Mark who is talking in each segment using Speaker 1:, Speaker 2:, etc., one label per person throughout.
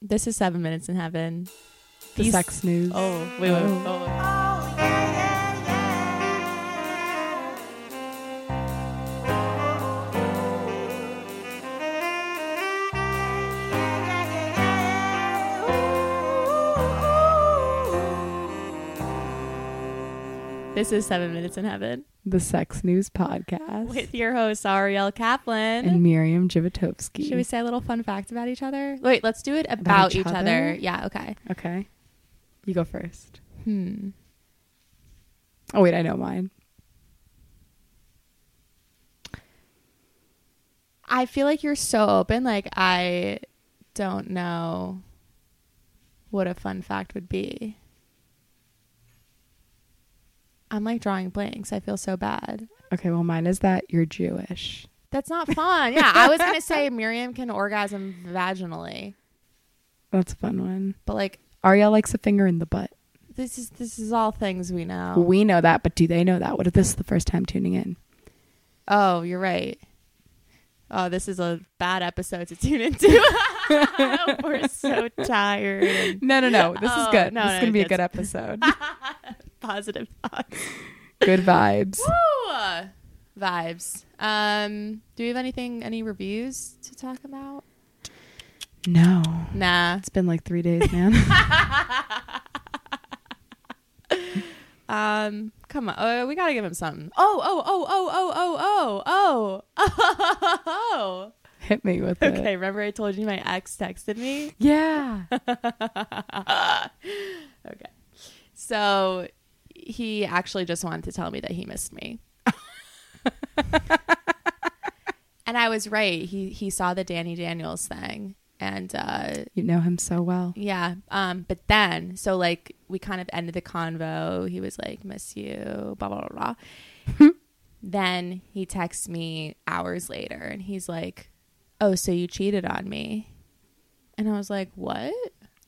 Speaker 1: This is Seven Minutes in Heaven.
Speaker 2: The
Speaker 1: These-
Speaker 2: sex news.
Speaker 1: Oh, wait, wait, wait. Oh, wait. This is Seven Minutes in Heaven
Speaker 2: The sex news podcast.
Speaker 1: with your host, Ariel Kaplan.
Speaker 2: and Miriam Jivatovsky.
Speaker 1: Should we say a little fun fact about each other? Wait, let's do it about,
Speaker 2: each
Speaker 1: each,
Speaker 2: other?
Speaker 1: other. Yeah, okay.
Speaker 2: okay. You go first.
Speaker 1: Hmm.
Speaker 2: Oh wait, I know mine.
Speaker 1: I feel like you're so open. Like I don't know what a fun fact would be. I'm like drawing blanks. I feel so bad.
Speaker 2: Okay, well mine is that you're Jewish.
Speaker 1: That's not fun. Yeah, I was gonna say Miriam can orgasm vaginally,
Speaker 2: That's a fun one.
Speaker 1: but like
Speaker 2: Ariel likes a finger in the butt.
Speaker 1: this is this is all things we know.
Speaker 2: We know that, but do they know that? What if this is the first time tuning in?
Speaker 1: Oh, you're right. Oh, this is a bad episode to tune into. We're so tired. and
Speaker 2: No, no, no. This is
Speaker 1: Oh,
Speaker 2: good.
Speaker 1: no,
Speaker 2: this is
Speaker 1: no,
Speaker 2: gonna be a
Speaker 1: it's-
Speaker 2: good episode.
Speaker 1: Positive thoughts.
Speaker 2: good vibes.
Speaker 1: Woo! Vibes. Um, do we have anything, any reviews to talk about?
Speaker 2: No.
Speaker 1: Nah.
Speaker 2: It's been like three days, man.
Speaker 1: Um, come on. Oh, we gotta give him something. Oh, oh, oh, oh, oh, oh, oh, oh, oh.
Speaker 2: Hit me with it.
Speaker 1: Okay, remember I told you my ex texted me?
Speaker 2: Yeah.
Speaker 1: okay. So he actually just wanted to tell me that he missed me. and I was right. He he saw the Danny Daniels thing and uh
Speaker 2: You know him so well.
Speaker 1: yeah. Um but then so like we kind of ended the convo. He was like miss you blah blah blah. blah. then he texts me hours later and he's like, "Oh, so you cheated on me." And I was like, "What?"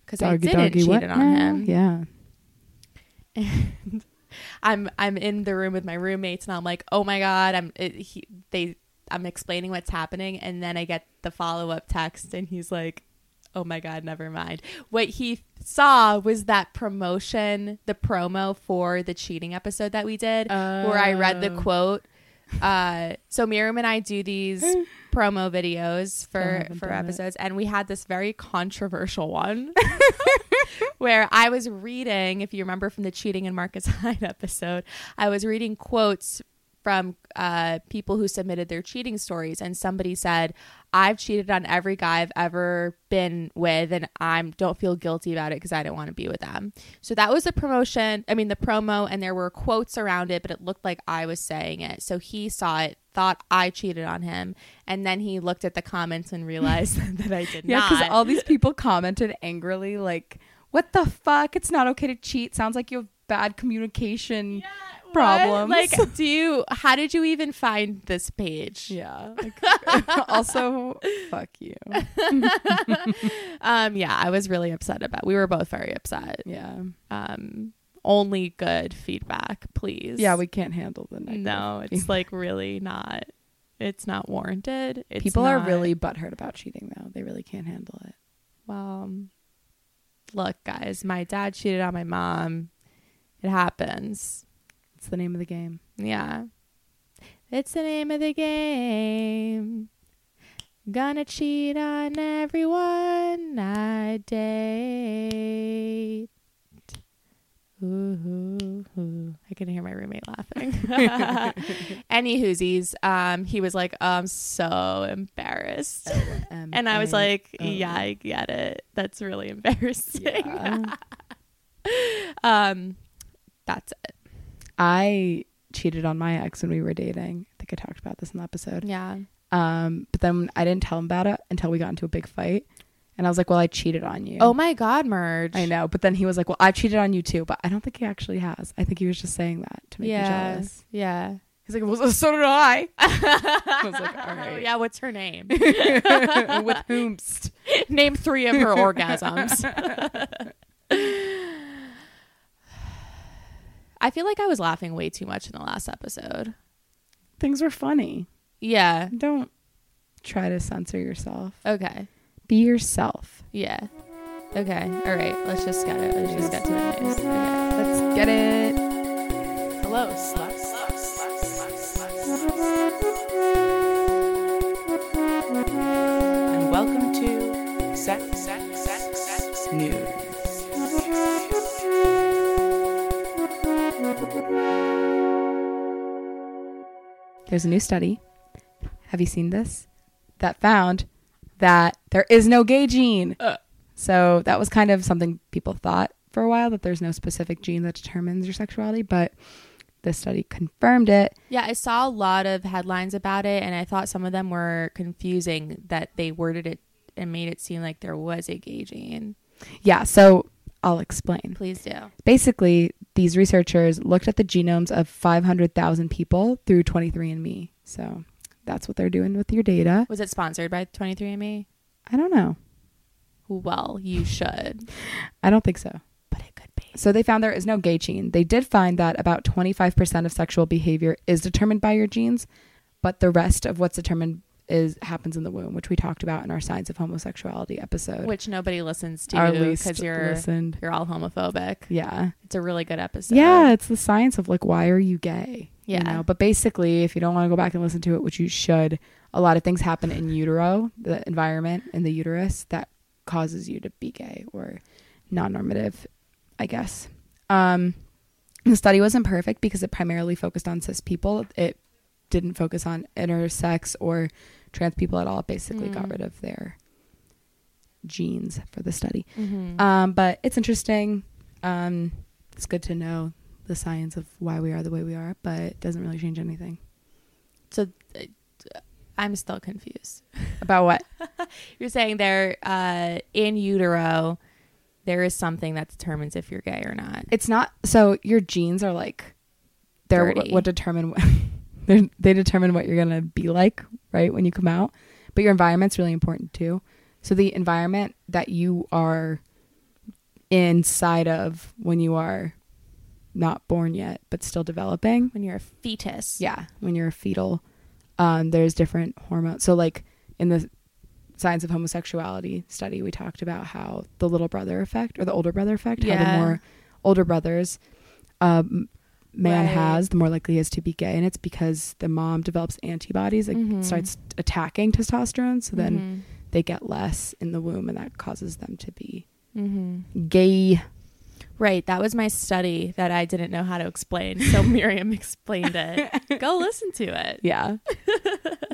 Speaker 1: Cuz I didn't cheat
Speaker 2: what
Speaker 1: on
Speaker 2: now?
Speaker 1: him.
Speaker 2: Yeah.
Speaker 1: and I'm I'm in the room with my roommates, and I'm like, oh my god, I'm it, he, they I'm explaining what's happening, and then I get the follow up text, and he's like, oh my god, never mind. What he saw was that promotion, the promo for the cheating episode that we did, where I read the
Speaker 2: Oh.
Speaker 1: quote. Uh, so Miriam and I do these promo videos
Speaker 2: Still
Speaker 1: for
Speaker 2: haven't
Speaker 1: for
Speaker 2: done it.
Speaker 1: episodes, and we had this very controversial one where I was reading, if you remember from the cheating and Marcus Hyde episode, I was reading quotes from uh, people who submitted their cheating stories, and somebody said, "I've cheated on every guy I've ever been with, and I'm don't feel guilty about it because I don't want to be with them." So that was the promotion. I mean, the promo, and there were quotes around it, but it looked like I was saying it. So he saw it, thought I cheated on him, and then he looked at the comments and realized that I did
Speaker 2: Yeah,
Speaker 1: not.
Speaker 2: because all these people commented angrily, like, "What the fuck? It's not okay to cheat. Sounds like you have bad communication problems."
Speaker 1: What? Like, do you? How did you even find this page?
Speaker 2: yeah. also, fuck you.
Speaker 1: Um, yeah, I was really upset about. We were both very upset.
Speaker 2: Yeah.
Speaker 1: Um, only good feedback, please.
Speaker 2: Yeah, we Mm. can't handle the negative.
Speaker 1: No, it's like really not. It's not warranted. It's
Speaker 2: people are
Speaker 1: not-
Speaker 2: really butthurt about cheating, though. They really can't handle it.
Speaker 1: well. um, Look, guys, my dad cheated on my mom. It happens.
Speaker 2: It's the name of the game.
Speaker 1: Yeah. It's the name of the game. Gonna cheat on everyone I date. Ooh, I can hear my roommate laughing. Any hoosies, um, he was like, I'm so embarrassed. And I was like, yeah, I get it. That's really embarrassing.
Speaker 2: Oh. Yeah.
Speaker 1: Um, that's it.
Speaker 2: I cheated on my ex when we were dating. I think I talked about this in the episode.
Speaker 1: Yeah.
Speaker 2: Um, but then I didn't tell him about it until we got into a big fight. And I was like, well, I cheated on you.
Speaker 1: Oh my God, Merge.
Speaker 2: I know. But then he was like, well, I cheated on you too. But I don't think he actually has. I think he was just saying that to make me jealous.
Speaker 1: Yeah.
Speaker 2: He's like, well, so did I. I was like, all right.
Speaker 1: Yeah, what's her name?
Speaker 2: With whomst.
Speaker 1: name three of her orgasms. I feel like I was laughing way too much in the last episode.
Speaker 2: Things were funny.
Speaker 1: Yeah.
Speaker 2: Don't try to censor yourself.
Speaker 1: Okay.
Speaker 2: Be yourself.
Speaker 1: Yeah. Okay. All right. Let's just get it. Let's just get to the news. Okay.
Speaker 2: Let's get it.
Speaker 1: Hello, sluts.
Speaker 3: And welcome to Sex, Sex, Sex, Sex News.
Speaker 2: There's a new study. Have you seen this? That found that there is no gay gene.
Speaker 1: Uh.
Speaker 2: So that was kind of something people thought for a while that there's no specific gene that determines your sexuality, but this study confirmed it.
Speaker 1: Yeah, I saw a lot of headlines about it, and I thought some of them were confusing that they worded it and made it seem like there was a gay gene.
Speaker 2: Yeah, so I'll explain.
Speaker 1: Please do.
Speaker 2: Basically, these researchers looked at the genomes of 500,000 people through 23andMe. So that's what they're doing with your data.
Speaker 1: Was it sponsored by 23andMe?
Speaker 2: I don't know.
Speaker 1: Well, you should,
Speaker 2: I don't think so.
Speaker 1: but it could be.
Speaker 2: So they found there is no gay gene. They did find that about 25% of sexual behavior is determined by your genes, but the rest of what's determined is happens in the womb, which we talked about in our signs of homosexuality episode.
Speaker 1: Which nobody listens
Speaker 2: Our
Speaker 1: to
Speaker 2: least
Speaker 1: because you're
Speaker 2: listened.
Speaker 1: you're all homophobic.
Speaker 2: Yeah.
Speaker 1: It's a really good episode.
Speaker 2: Yeah, it's the science of like why are you gay? You
Speaker 1: Yeah.
Speaker 2: know? But basically, if you don't want to go back and listen to it, which you should, a lot of things happen in utero, the environment in the uterus that causes you to be gay or non-normative, I guess. Um the study wasn't perfect because it primarily focused on cis people. It didn't focus on intersex or trans people at all. It basically got
Speaker 1: Mm.
Speaker 2: rid of their genes for the study.
Speaker 1: Mhm.
Speaker 2: Um, but it's interesting. Um, it's good to know the science of why we are the way we are, but it doesn't really change anything.
Speaker 1: so uh, I'm still confused.
Speaker 2: About what?
Speaker 1: You're saying there uh, in utero, there is something that determines if you're gay or not.
Speaker 2: It's not so your genes are like they're what,
Speaker 1: Dirty.
Speaker 2: what determine what they're- they determine what you're gonna be like, right, when you come out. But your environment's really important too. So the environment that you are inside of when you are not born yet, but still developing
Speaker 1: when you're a fetus.
Speaker 2: Yeah, when you're a fetal, um, there's different hormones. So, like in the science of homosexuality study, we talked about how the little brother effect or the older brother effect, how
Speaker 1: Yeah.
Speaker 2: the more older brothers um, man
Speaker 1: Right.
Speaker 2: has, the more likely he is to be gay. And it's because the mom develops antibodies, like
Speaker 1: Mhm.
Speaker 2: starts attacking testosterone. So then
Speaker 1: Mhm.
Speaker 2: they get less in the womb, and that causes them to be
Speaker 1: Mhm.
Speaker 2: gay.
Speaker 1: Right. That was my study that I didn't know how to explain. So Miriam explained it. Go listen to it.
Speaker 2: Yeah.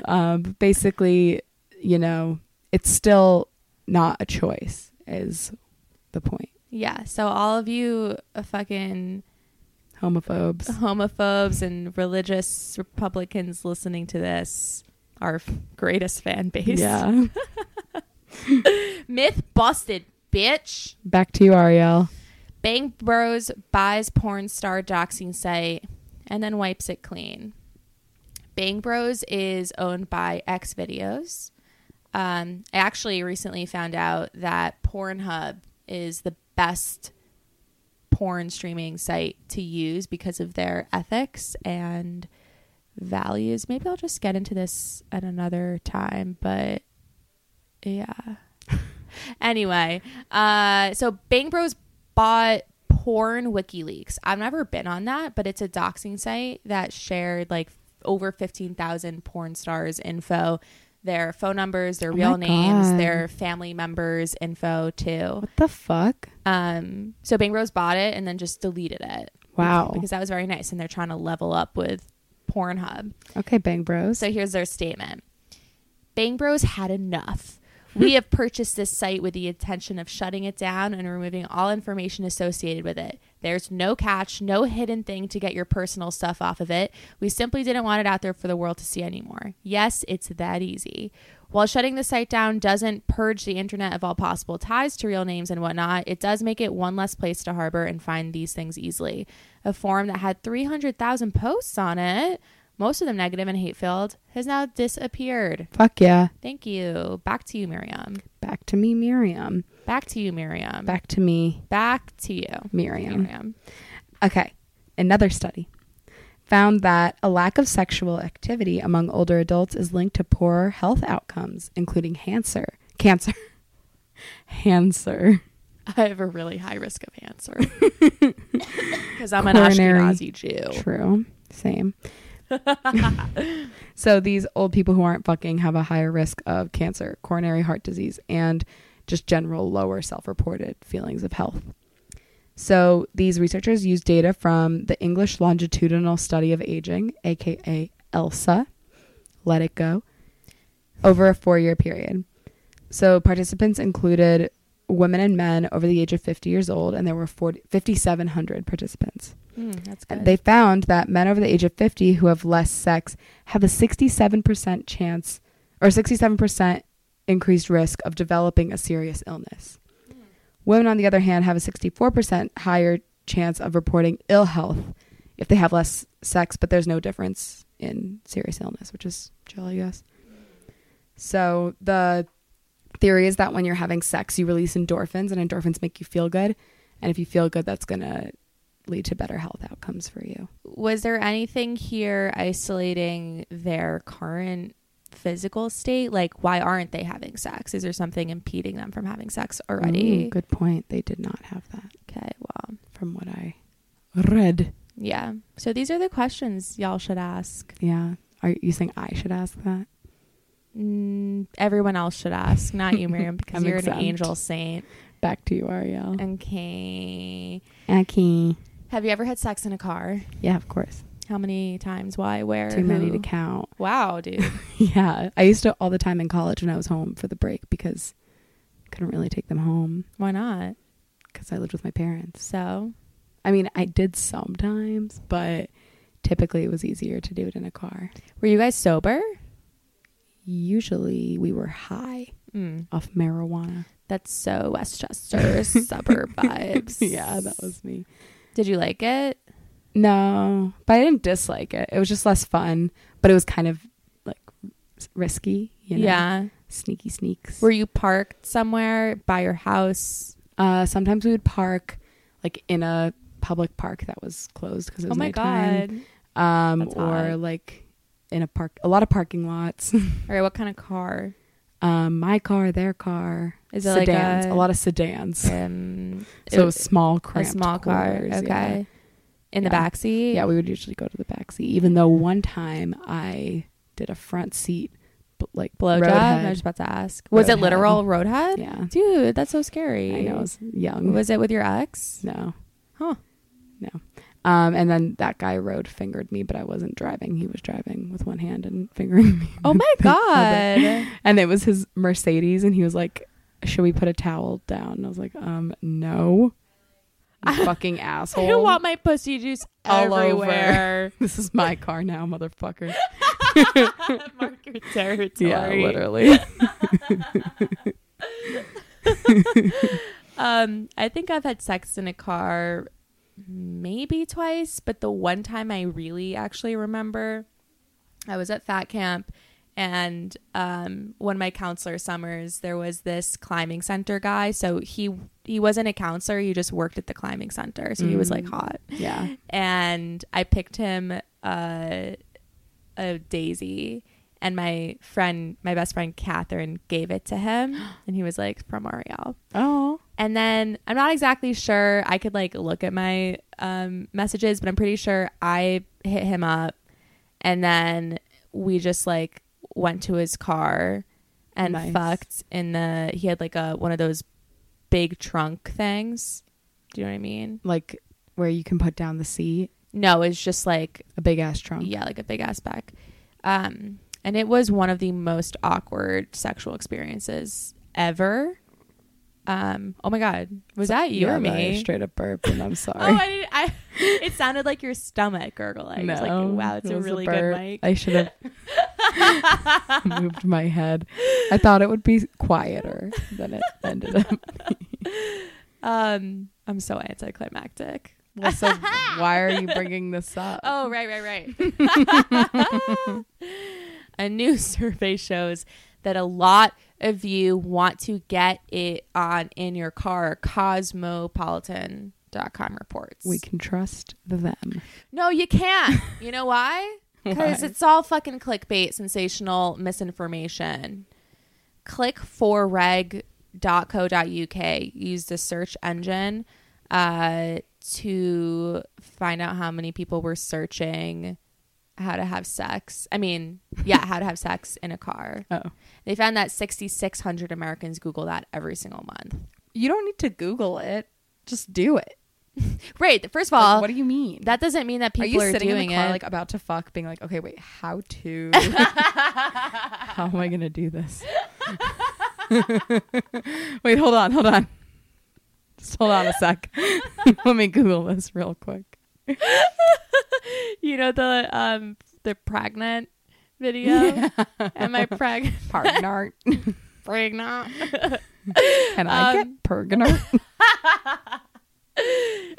Speaker 2: um, but basically, you know, it's still not a choice, is the point.
Speaker 1: Yeah. So all of you uh, fucking
Speaker 2: Homophobes.
Speaker 1: homophobes and religious Republicans listening to this, our f- greatest fan base.
Speaker 2: Yeah.
Speaker 1: Myth busted, bitch.
Speaker 2: Back to you, Ariel.
Speaker 1: Bang Bros buys porn star doxing site and then wipes it clean. Bang Bros is owned by X Videos. Um, I actually recently found out that Pornhub is the best porn streaming site to use because of their ethics and values. Maybe I'll just get into this at another time, but yeah. anyway, uh, so Bang Bros bought porn WikiLeaks. I've never been on that, but it's a doxing site that shared like over 15,000 porn stars' info, their phone numbers, their
Speaker 2: Oh my
Speaker 1: real names,
Speaker 2: God.
Speaker 1: their family members' info too.
Speaker 2: What the fuck?
Speaker 1: Um, so Bang Bros bought it and then just deleted it.
Speaker 2: Wow.
Speaker 1: Because, that was very nice. And they're trying to level up with Pornhub.
Speaker 2: Okay, Bang Bros.
Speaker 1: So here's their statement Bang Bros had enough. We have purchased this site with the intention of shutting it down and removing all information associated with it. There's no catch, no hidden thing to get your personal stuff off of it. We simply didn't want it out there for the world to see anymore. Yes, it's that easy. While shutting the site down doesn't purge the internet of all possible ties to real names and whatnot, it does make it one less place to harbor and find these things easily. A forum that had 300,000 posts on it, most of them negative and hate filled, has now disappeared.
Speaker 2: fuck yeah.
Speaker 1: Thank you. Back to you, Miriam.
Speaker 2: Back to me, Miriam.
Speaker 1: Back to you, Miriam.
Speaker 2: Back to me,
Speaker 1: Back to you,
Speaker 2: Miriam.
Speaker 1: Miriam.
Speaker 2: Okay, another study found that a lack of sexual activity among older adults is linked to poorer health outcomes, including cancer. Cancer. Cancer.
Speaker 1: I have a really high risk of cancer because I'm an
Speaker 2: Coronary
Speaker 1: Ashkenazi Jew.
Speaker 2: True. Same. so these old people who aren't fucking have a higher risk of cancer, coronary heart disease, and just general lower self reported feelings of health. So these researchers used data from the English Longitudinal Study of Aging, aka ELSA, Let It Go, over a four year period. So participants included women and men over the age of 50 years old, and there were 40 5,700 participants.
Speaker 1: Hmm, that's
Speaker 2: And They found that men over the age of 50 who have less sex have a 67% chance or 67% increased risk of developing a serious illness. Women, on the other hand, have a 64% higher chance of reporting ill health if they have less sex, but there's no difference in serious illness, which is chill, I guess. So the theory is that when you're having sex, you release endorphins, and endorphins make you feel good. And if you feel good, that's going to lead to better health outcomes for you.
Speaker 1: was there anything here isolating their current physical state? Like, why aren't they having sex? Is there something impeding them from having sex already?
Speaker 2: Ooh, good point. They did not have that
Speaker 1: Okay, well,
Speaker 2: from what I read.
Speaker 1: yeah. So these are the questions y'all should ask.
Speaker 2: Yeah. Are you saying I should ask that?
Speaker 1: Mm, everyone else should ask, not you, Miriam, because
Speaker 2: I'm
Speaker 1: you're
Speaker 2: exempt.
Speaker 1: an angel saint.
Speaker 2: Back to you, Ariel.
Speaker 1: Okay.
Speaker 2: Okay.
Speaker 1: Have you ever had sex in a car?
Speaker 2: Yeah, of course.
Speaker 1: How many times? Why? Where?
Speaker 2: Too many to
Speaker 1: who?
Speaker 2: count.
Speaker 1: Wow, dude.
Speaker 2: yeah. I used to all the time in college when I was home for the break because couldn't really take them home
Speaker 1: Why not?
Speaker 2: because I lived with my parents.
Speaker 1: So,
Speaker 2: I mean, I did sometimes, but typically it was easier to do it in a car.
Speaker 1: were you guys sober?
Speaker 2: Usually we were high
Speaker 1: Mm,
Speaker 2: off marijuana.
Speaker 1: that's so Westchester suburb vibes.
Speaker 2: yeah, that was me.
Speaker 1: Did you like it?
Speaker 2: No, but I didn't dislike it. It was just less fun, but it was kind of like s- risky, you know.
Speaker 1: Yeah.
Speaker 2: Sneaky sneaks.
Speaker 1: Were you parked somewhere by your house?
Speaker 2: uh sometimes we would park like in a public park that was closed because
Speaker 1: Oh
Speaker 2: it was
Speaker 1: my
Speaker 2: nighttime.
Speaker 1: god.
Speaker 2: Um
Speaker 1: That's
Speaker 2: or
Speaker 1: hot.
Speaker 2: like in a park a lot of parking lots.
Speaker 1: All right, what kind of car?
Speaker 2: um my car, their car.
Speaker 1: Is it like
Speaker 2: sedans.
Speaker 1: a-
Speaker 2: lot of sedans.
Speaker 1: Um,
Speaker 2: so it
Speaker 1: it-
Speaker 2: was small
Speaker 1: a
Speaker 2: cramped
Speaker 1: small car.
Speaker 2: quarters,
Speaker 1: Okay.
Speaker 2: yeah.
Speaker 1: In the
Speaker 2: Yeah.
Speaker 1: back seat.
Speaker 2: Yeah, we would usually go to the back seat, even though one time I did a front seat, b- like
Speaker 1: Blow job. I
Speaker 2: roadhead.
Speaker 1: was about to ask. Was it
Speaker 2: Roadhead.
Speaker 1: literal roadhead?
Speaker 2: Yeah,
Speaker 1: Dude, that's so scary.
Speaker 2: I know. I was young.
Speaker 1: Was it with your ex?
Speaker 2: no,
Speaker 1: Huh.
Speaker 2: no. Um, and then that guy rode fingered me, but I wasn't driving. He was driving with one hand and fingering me.
Speaker 1: Oh my god.
Speaker 2: And it was his Mercedes, and he was like, "Should we put a towel down?" And I was like, "Um, no." You fucking asshole!
Speaker 1: I don't want my pussy juice
Speaker 2: All over.
Speaker 1: everywhere.
Speaker 2: this is my car now, motherfucker.
Speaker 1: Mark your territory.
Speaker 2: yeah, literally.
Speaker 1: Um, I think I've had sex in a car maybe twice, but the one time I really actually remember, I was at fat camp and um one of my counselor summers there was this climbing center guy so he he wasn't a counselor he just worked at the climbing center so he was like
Speaker 2: Mm.
Speaker 1: hot
Speaker 2: Yeah.
Speaker 1: and I picked him uh, a daisy. And my friend, my best friend Catherine, gave it to him, and he was like, "From Ariel."
Speaker 2: Oh.
Speaker 1: And then I'm not exactly sure. I could like look at my um, messages, but I'm pretty sure I hit him up, and then we just like went to his car and
Speaker 2: Nice.
Speaker 1: fucked in the. He had like a one of those big trunk things. Do you know what I mean?
Speaker 2: Like where you can put down the seat,
Speaker 1: No, it's just like
Speaker 2: a big ass trunk.
Speaker 1: yeah like a big ass back um and it was one of the most awkward sexual experiences ever um oh my god was that you
Speaker 2: Yeah,
Speaker 1: or
Speaker 2: that I
Speaker 1: me
Speaker 2: Straight up burped, and I'm sorry.
Speaker 1: oh i didn't i it sounded like your stomach gurgling It's like wow it's
Speaker 2: it
Speaker 1: a
Speaker 2: was
Speaker 1: really good
Speaker 2: burp.
Speaker 1: mic
Speaker 2: I should have moved my head. I thought it would be quieter than it ended up.
Speaker 1: um i'm so anticlimactic
Speaker 2: Well, so why are you bringing this up?
Speaker 1: oh right right right a new survey shows that a lot of you want to get it on in your car cosmopolitan.com reports
Speaker 2: We can trust them.
Speaker 1: no you can't you know why because
Speaker 2: Why?
Speaker 1: it's all fucking clickbait sensational misinformation click for reg .co.uk used a search engine uh, to find out how many people were searching how to have sex. I mean, yeah, how to have sex in a car.
Speaker 2: Oh.
Speaker 1: They found that 6,600 Americans Google that every single month.
Speaker 2: You don't need to Google it. Just do it.
Speaker 1: Right. First of all,
Speaker 2: what do you mean?
Speaker 1: that doesn't mean that
Speaker 2: are
Speaker 1: people
Speaker 2: you
Speaker 1: are
Speaker 2: sitting
Speaker 1: doing
Speaker 2: in the car
Speaker 1: it.
Speaker 2: like about to fuck, being like, okay, wait, how to? how am I gonna do this? wait, hold on, hold on. Just hold on a sec. Let me Google this real quick.
Speaker 1: you know the um the pregnant video. Am I pregnant?
Speaker 2: Partner,
Speaker 1: pregnant.
Speaker 2: can I get Pergner?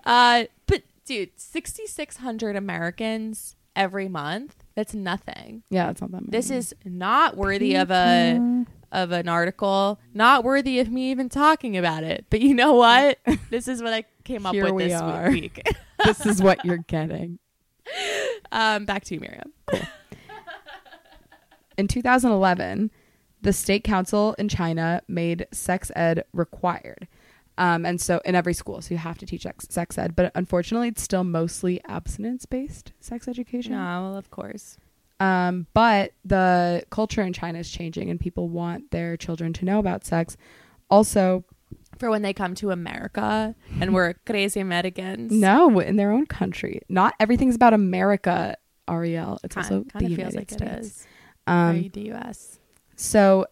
Speaker 1: Uh, but dude, 6,600 Americans every month. That's nothing.
Speaker 2: yeah, it's not that. Many.
Speaker 1: This is not worthy of a of an article. Not worthy of me even talking about it. But you know what? this is what I came up
Speaker 2: Here
Speaker 1: with
Speaker 2: we
Speaker 1: this
Speaker 2: are.
Speaker 1: week.
Speaker 2: this is what you're getting.
Speaker 1: um, back to you, Miriam.
Speaker 2: In 2011, the state council in China made sex ed required. Um, and so in every school, so you have to teach sex, sex ed, but unfortunately, it's still mostly abstinence based sex education.
Speaker 1: well, of course.
Speaker 2: Um, but the culture in China is changing and people want their children to know about sex. Also,
Speaker 1: For when they come to America and we're crazy Americans.
Speaker 2: no, in their own country. Not everything's about America, Ariel. It's
Speaker 1: kind,
Speaker 2: also
Speaker 1: kind
Speaker 2: the
Speaker 1: of
Speaker 2: United
Speaker 1: feels like
Speaker 2: States.
Speaker 1: it is.
Speaker 2: Um,
Speaker 1: Are you the U.S.
Speaker 2: So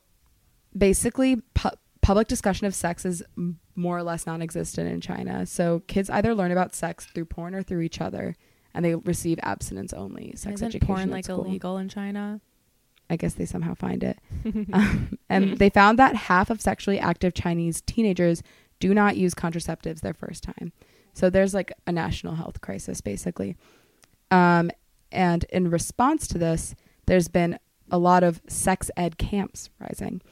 Speaker 2: basically, pu- public discussion of sex is m- more or less non existent in China. So kids either learn about sex through porn or through each other, and they receive abstinence only sex
Speaker 1: Isn't
Speaker 2: education.
Speaker 1: porn
Speaker 2: at
Speaker 1: like
Speaker 2: school.
Speaker 1: illegal in China?
Speaker 2: I guess they somehow find it. um, and they found that half of sexually active Chinese teenagers do not use contraceptives their first time. So there's like a national health crisis, basically. Um, and in response to this, there's been a lot of sex ed camps rising.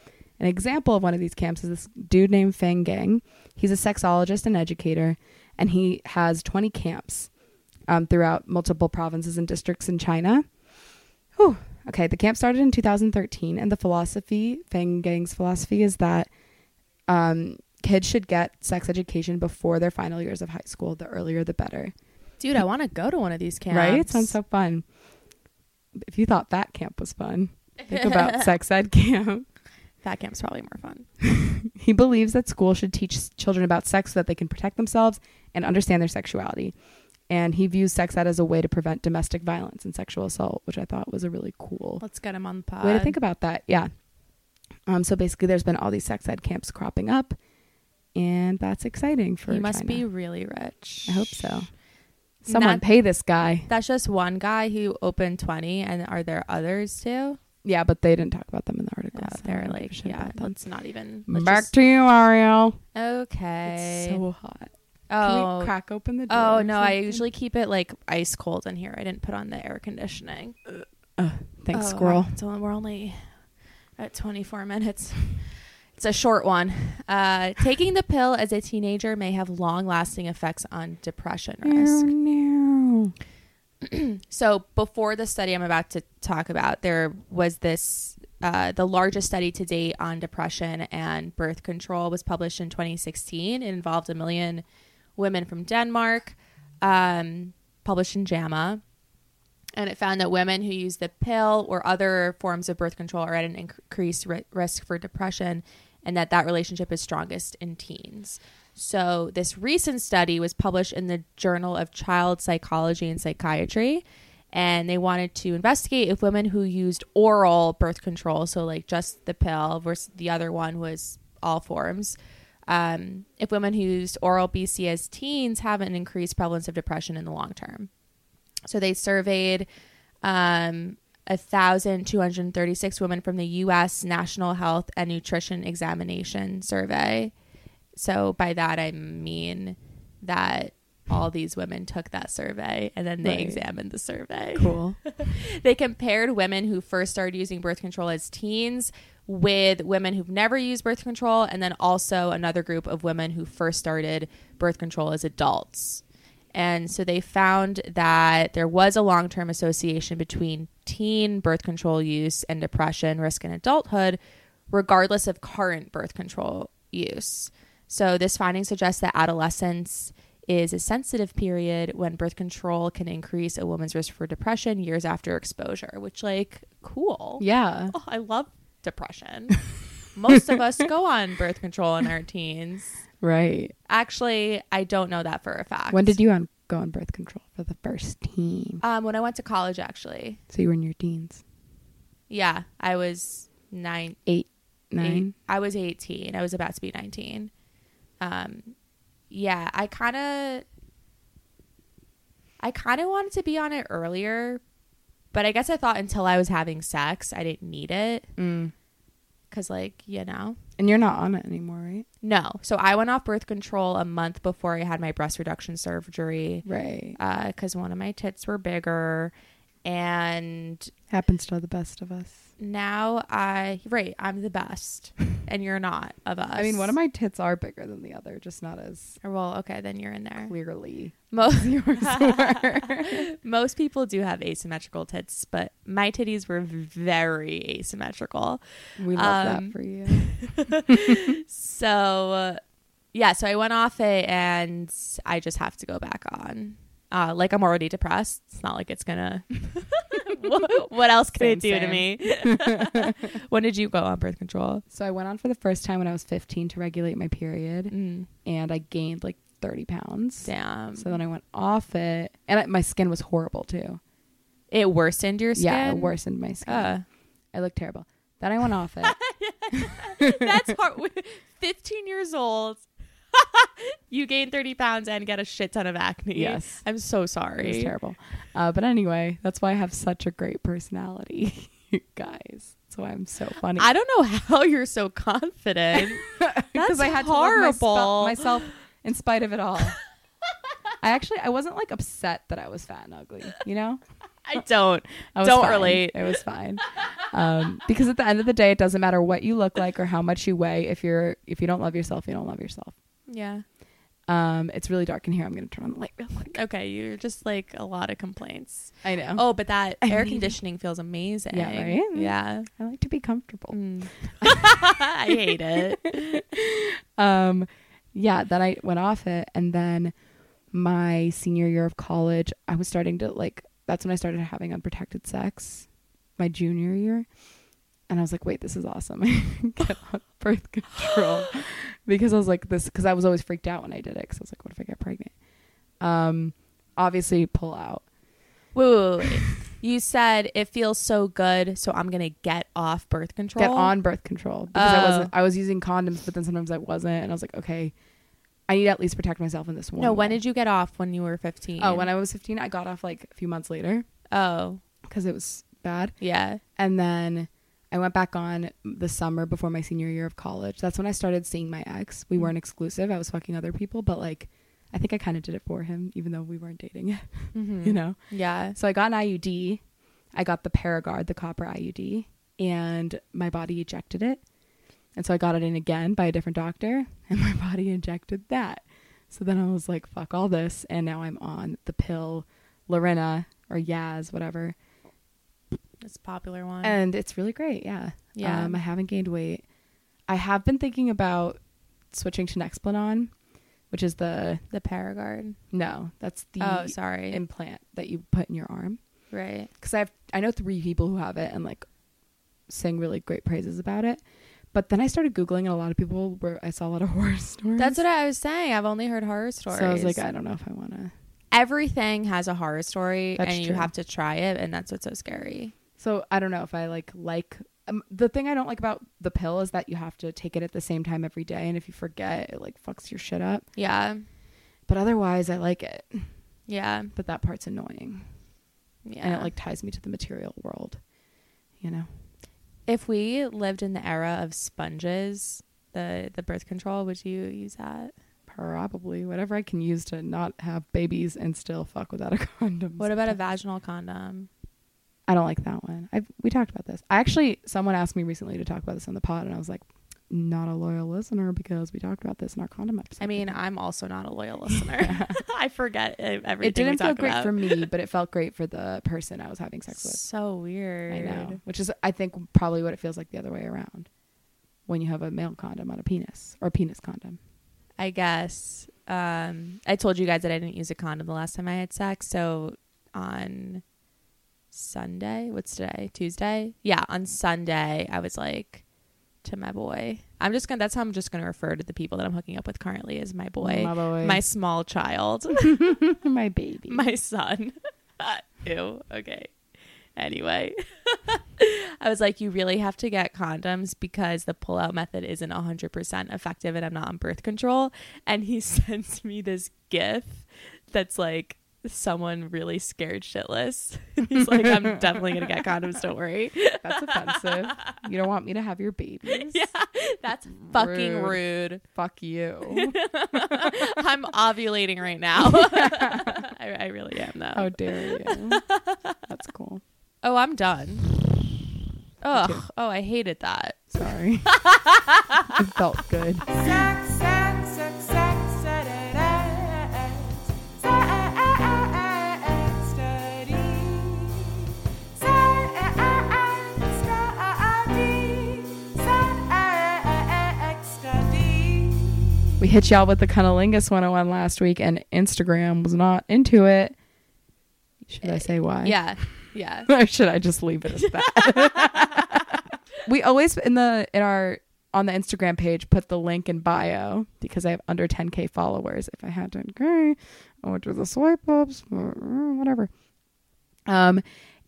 Speaker 2: An example of one of these camps is this dude named Fang Gang. He's a sexologist and educator, and he has 20 camps um, throughout multiple provinces and districts in China. Whew. Okay, the camp started in 2013, and the philosophy, Fang Gang's philosophy, is that um, kids should get sex education before their final years of high school. The earlier, the better.
Speaker 1: Dude, I want to go to one of these camps.
Speaker 2: Right? It sounds so fun. If you thought that camp was fun, think about sex ed camp.
Speaker 1: That camp's probably more fun.
Speaker 2: He believes that school should teach s- children about sex so that they can protect themselves and understand their sexuality. And he views sex ed as a way to prevent domestic violence and sexual assault, which I thought was a really cool
Speaker 1: Let's get him on the pod.
Speaker 2: way to think about that. Yeah. Um, so basically, there's been all these sex ed camps cropping up, and that's exciting for.
Speaker 1: He must
Speaker 2: China.
Speaker 1: be really rich.
Speaker 2: I hope so. Someone
Speaker 1: Not-
Speaker 2: pay this guy.
Speaker 1: That's just one guy who opened 20, and are there others too?
Speaker 2: Yeah, but they didn't talk about them in the article.
Speaker 1: Yeah,
Speaker 2: so I
Speaker 1: they're
Speaker 2: don't give a
Speaker 1: like,
Speaker 2: shit
Speaker 1: yeah,
Speaker 2: about them.
Speaker 1: let's not even. Let's
Speaker 2: Back
Speaker 1: just-
Speaker 2: to you, Ariel.
Speaker 1: okay.
Speaker 2: It's so hot. Can we
Speaker 1: oh,
Speaker 2: crack open the door?
Speaker 1: oh
Speaker 2: or
Speaker 1: no, I
Speaker 2: something?
Speaker 1: usually keep it like ice cold in here. I didn't put on the air conditioning.
Speaker 2: Thanks,
Speaker 1: Oh,
Speaker 2: squirrel.
Speaker 1: So we're only at 24 minutes. It's a short one. Uh, taking the pill as a teenager may have long lasting effects on depression risk.
Speaker 2: no.
Speaker 1: So before the study I'm about to talk about, there was this uh, the largest study to date on depression and birth control was published in 2016. It involved a million women from Denmark, um, published in JAMA, and it found that women who use the pill or other forms of birth control are at an increased ri- risk for depression, and that that relationship is strongest in teens. So, this recent study was published in the Journal of Child Psychology and Psychiatry, and they wanted to investigate if women who used oral birth control, so like just the pill versus the other one was all forms, um, if women who used oral BC as teens have an increased prevalence of depression in the long term. So they surveyed um, 1,236 women from the U.S. National Health and Nutrition Examination Survey. So by that, I mean that all these women took that survey and then they
Speaker 2: Right.
Speaker 1: examined the survey.
Speaker 2: Cool.
Speaker 1: They compared women who first started using birth control as teens with women who've never used birth control, and then also another group of women who first started birth control as adults. And so they found that there was a long term association between teen birth control use and depression risk in adulthood, regardless of current birth control use. So, this finding suggests that adolescence is a sensitive period when birth control can increase a woman's risk for depression years after exposure, which, like, cool.
Speaker 2: Yeah.
Speaker 1: Oh, I love depression. Most of us go on birth control in our teens.
Speaker 2: Right.
Speaker 1: Actually, I don't know that for a fact.
Speaker 2: When did you on, go on birth control for the first teen?
Speaker 1: Um, when I went to college, actually.
Speaker 2: So you were in your teens.
Speaker 1: Yeah, I was nine.
Speaker 2: Eight,
Speaker 1: eight-
Speaker 2: nine.
Speaker 1: I was 18. I was about to be 19. Um, yeah, I kind of, I kind of wanted to be on it earlier, but I guess I thought until I was having sex, I didn't need it
Speaker 2: Mm.
Speaker 1: because, like, you know,
Speaker 2: And you're not on it anymore, right?
Speaker 1: no. So I went off birth control a month before I had my breast reduction surgery
Speaker 2: Right.
Speaker 1: because one of my tits were bigger, and
Speaker 2: Happens to the best of us.
Speaker 1: now I right, I'm the best, and you're not of us.
Speaker 2: I mean, one of my tits are bigger than the other, just not as
Speaker 1: Or, Well, okay, then you're in there.
Speaker 2: clearly.
Speaker 1: Most most people do have asymmetrical tits, but my titties were very asymmetrical.
Speaker 2: We love
Speaker 1: Um,
Speaker 2: that for you.
Speaker 1: So, uh, yeah, so I went off it, and I just have to go back on. Uh, like I'm already depressed. It's not like it's gonna. what, what else can it do
Speaker 2: Same,
Speaker 1: to
Speaker 2: same.
Speaker 1: me? when did you go on birth control?
Speaker 2: So I went on for the first time when I was 15 to regulate my period,
Speaker 1: Mm,
Speaker 2: and I gained like 30 pounds.
Speaker 1: damn,
Speaker 2: So then I went off it, and I, my skin was horrible too.
Speaker 1: it worsened your skin.
Speaker 2: Yeah, it worsened my skin.
Speaker 1: Uh,
Speaker 2: I looked terrible. Then I went off it.
Speaker 1: That's hard. 15 years old. you gain 30 pounds and get a shit ton of acne.
Speaker 2: Yes.
Speaker 1: I'm so
Speaker 2: It was
Speaker 1: sorry.
Speaker 2: terrible. Uh, but anyway, that's why I have such a great personality, you guys. That's why I'm so funny.
Speaker 1: I don't know how you're so confident.
Speaker 2: Because
Speaker 1: That's
Speaker 2: I had to
Speaker 1: horrible.
Speaker 2: love my sp- myself in spite of it all. I actually I wasn't like upset that I was fat and ugly, you know?
Speaker 1: I don't.
Speaker 2: I was
Speaker 1: Don't
Speaker 2: fine.
Speaker 1: relate.
Speaker 2: It was fine. Um, because at the end of the day, it doesn't matter what you look like or how much you weigh. If you're if you don't love yourself, you don't love yourself.
Speaker 1: Yeah.
Speaker 2: Um, it's really dark in here. I'm gonna turn on the light real quick.
Speaker 1: Okay. You're just like a lot of complaints.
Speaker 2: I know.
Speaker 1: Oh, but that
Speaker 2: I
Speaker 1: air
Speaker 2: mean-
Speaker 1: conditioning feels amazing.
Speaker 2: Yeah, right? Oh.
Speaker 1: Yeah.
Speaker 2: I like to be comfortable.
Speaker 1: Mm. I hate it.
Speaker 2: um yeah then i went off it and then my senior year of college i was starting to like that's when i started having unprotected sex my junior year and i was like wait this is awesome i get on birth control because i was like this because i was always freaked out when i did it because i was like what if i get pregnant um obviously pull out
Speaker 1: Wait, wait, wait, wait. You said it feels so good, so I'm going to get off birth control.
Speaker 2: get on birth control because
Speaker 1: Oh.
Speaker 2: i wasn't i was using condoms but then sometimes i wasn't and i was like okay i need to at least protect myself in this one
Speaker 1: No, when
Speaker 2: way.
Speaker 1: did you get off when you were 15?
Speaker 2: Oh, when I was 15, I got off like a few months later
Speaker 1: Oh,
Speaker 2: because it was bad.
Speaker 1: yeah.
Speaker 2: And then I went back on the summer before my senior year of college. That's when I started seeing my ex. We weren't exclusive. I was fucking other people, but like I think I kind of did it for him, even though we weren't dating yet,
Speaker 1: Mm.
Speaker 2: you know?
Speaker 1: Mm-hmm. Yeah.
Speaker 2: So I got an IUD. I got the Paragard, the copper IUD, and my body ejected it. And so I got it in again by a different doctor, and my body injected that. So then I was like, fuck all this. And now I'm on the pill, Lorena or Yaz, whatever.
Speaker 1: It's a popular one.
Speaker 2: And it's really great. Yeah.
Speaker 1: Mm. Yeah.
Speaker 2: Um, I haven't gained weight. I have been thinking about switching to Nexplanon, which is the,
Speaker 1: the Paragard.
Speaker 2: no, that's the
Speaker 1: oh, sorry.
Speaker 2: implant that you put in your arm.
Speaker 1: right.
Speaker 2: because I've I know three people who have it and like sing really great praises about it. But then I started googling, and a lot of people were I saw a lot of horror stories.
Speaker 1: That's what I was saying. I've only heard horror stories.
Speaker 2: So I was like, I don't know if I want to.
Speaker 1: everything has a horror story,
Speaker 2: That's
Speaker 1: and you
Speaker 2: true.
Speaker 1: have to try it, and that's what's so scary.
Speaker 2: So I don't know if I like like um, the thing I don't like about the pill is that you have to take it at the same time every day, and if you forget, it like fucks your shit up.
Speaker 1: Yeah.
Speaker 2: But otherwise, I like it.
Speaker 1: Yeah.
Speaker 2: But that part's annoying,
Speaker 1: Yeah.
Speaker 2: and it like ties me to the material world. You know,
Speaker 1: if we lived in the era of sponges, the the birth control, would you use that?
Speaker 2: probably whatever I can use to not have babies and still fuck without a condom.
Speaker 1: What about a vaginal condom?
Speaker 2: I don't like that one. I we talked about this. I actually someone asked me recently to talk about this on the pod, and I was like, not a loyal listener because we talked about this in our condom episode.
Speaker 1: I mean, I'm also not a loyal listener. I forget e-, everything.
Speaker 2: it didn't
Speaker 1: we
Speaker 2: feel
Speaker 1: talk
Speaker 2: great
Speaker 1: about.
Speaker 2: for me, but it felt great for the person I was having sex with.
Speaker 1: So weird.
Speaker 2: I know, which is I think probably what it feels like the other way around. when you have a male condom on a penis or a penis condom.
Speaker 1: I guess. Um, I told you guys that I didn't use a condom the last time I had sex. So on Sunday, what's today? Tuesday? Yeah, on Sunday, I was like to my boy. I'm just gonna. That's how I'm just gonna refer to the people that I'm hooking up with currently as my boy,
Speaker 2: My boy.
Speaker 1: my small child,
Speaker 2: My baby.
Speaker 1: my son. Ew. Okay. Anyway, I was like, you really have to get condoms because the pull-out method isn't 100% effective, and I'm not on birth control. And he sends me this GIF that's like someone really scared shitless. He's like, I'm definitely gonna get condoms. Don't worry.
Speaker 2: That's offensive. you don't want me to have your babies.
Speaker 1: Yeah, that's fucking rude.
Speaker 2: Fuck you.
Speaker 1: I'm ovulating right now. I, I really am though.
Speaker 2: How dare you? That's cool.
Speaker 1: Oh, I'm done.
Speaker 2: Me too.
Speaker 1: Ugh. Oh, I hated that.
Speaker 2: Sorry. it felt good.
Speaker 3: Sex, sex, sex, sex, sex, sex, study. Sex, study. Sex, study.
Speaker 2: We hit y'all with the Cunnilingus 101 last week, and Instagram was not into it. Should I say why?
Speaker 1: Yeah. Yeah.
Speaker 2: or should I just leave it as that? we always in the in our on the Instagram page put the link in bio because I have under 10k followers. If I had 10k, I would do the swipe ups, mm, whatever. Um,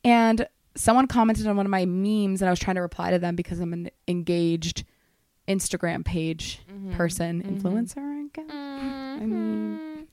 Speaker 2: and someone commented on one of my memes, and I was trying to reply to them because I'm an engaged Instagram page
Speaker 1: Mm-hmm.
Speaker 2: person, influencer, I guess. I mean,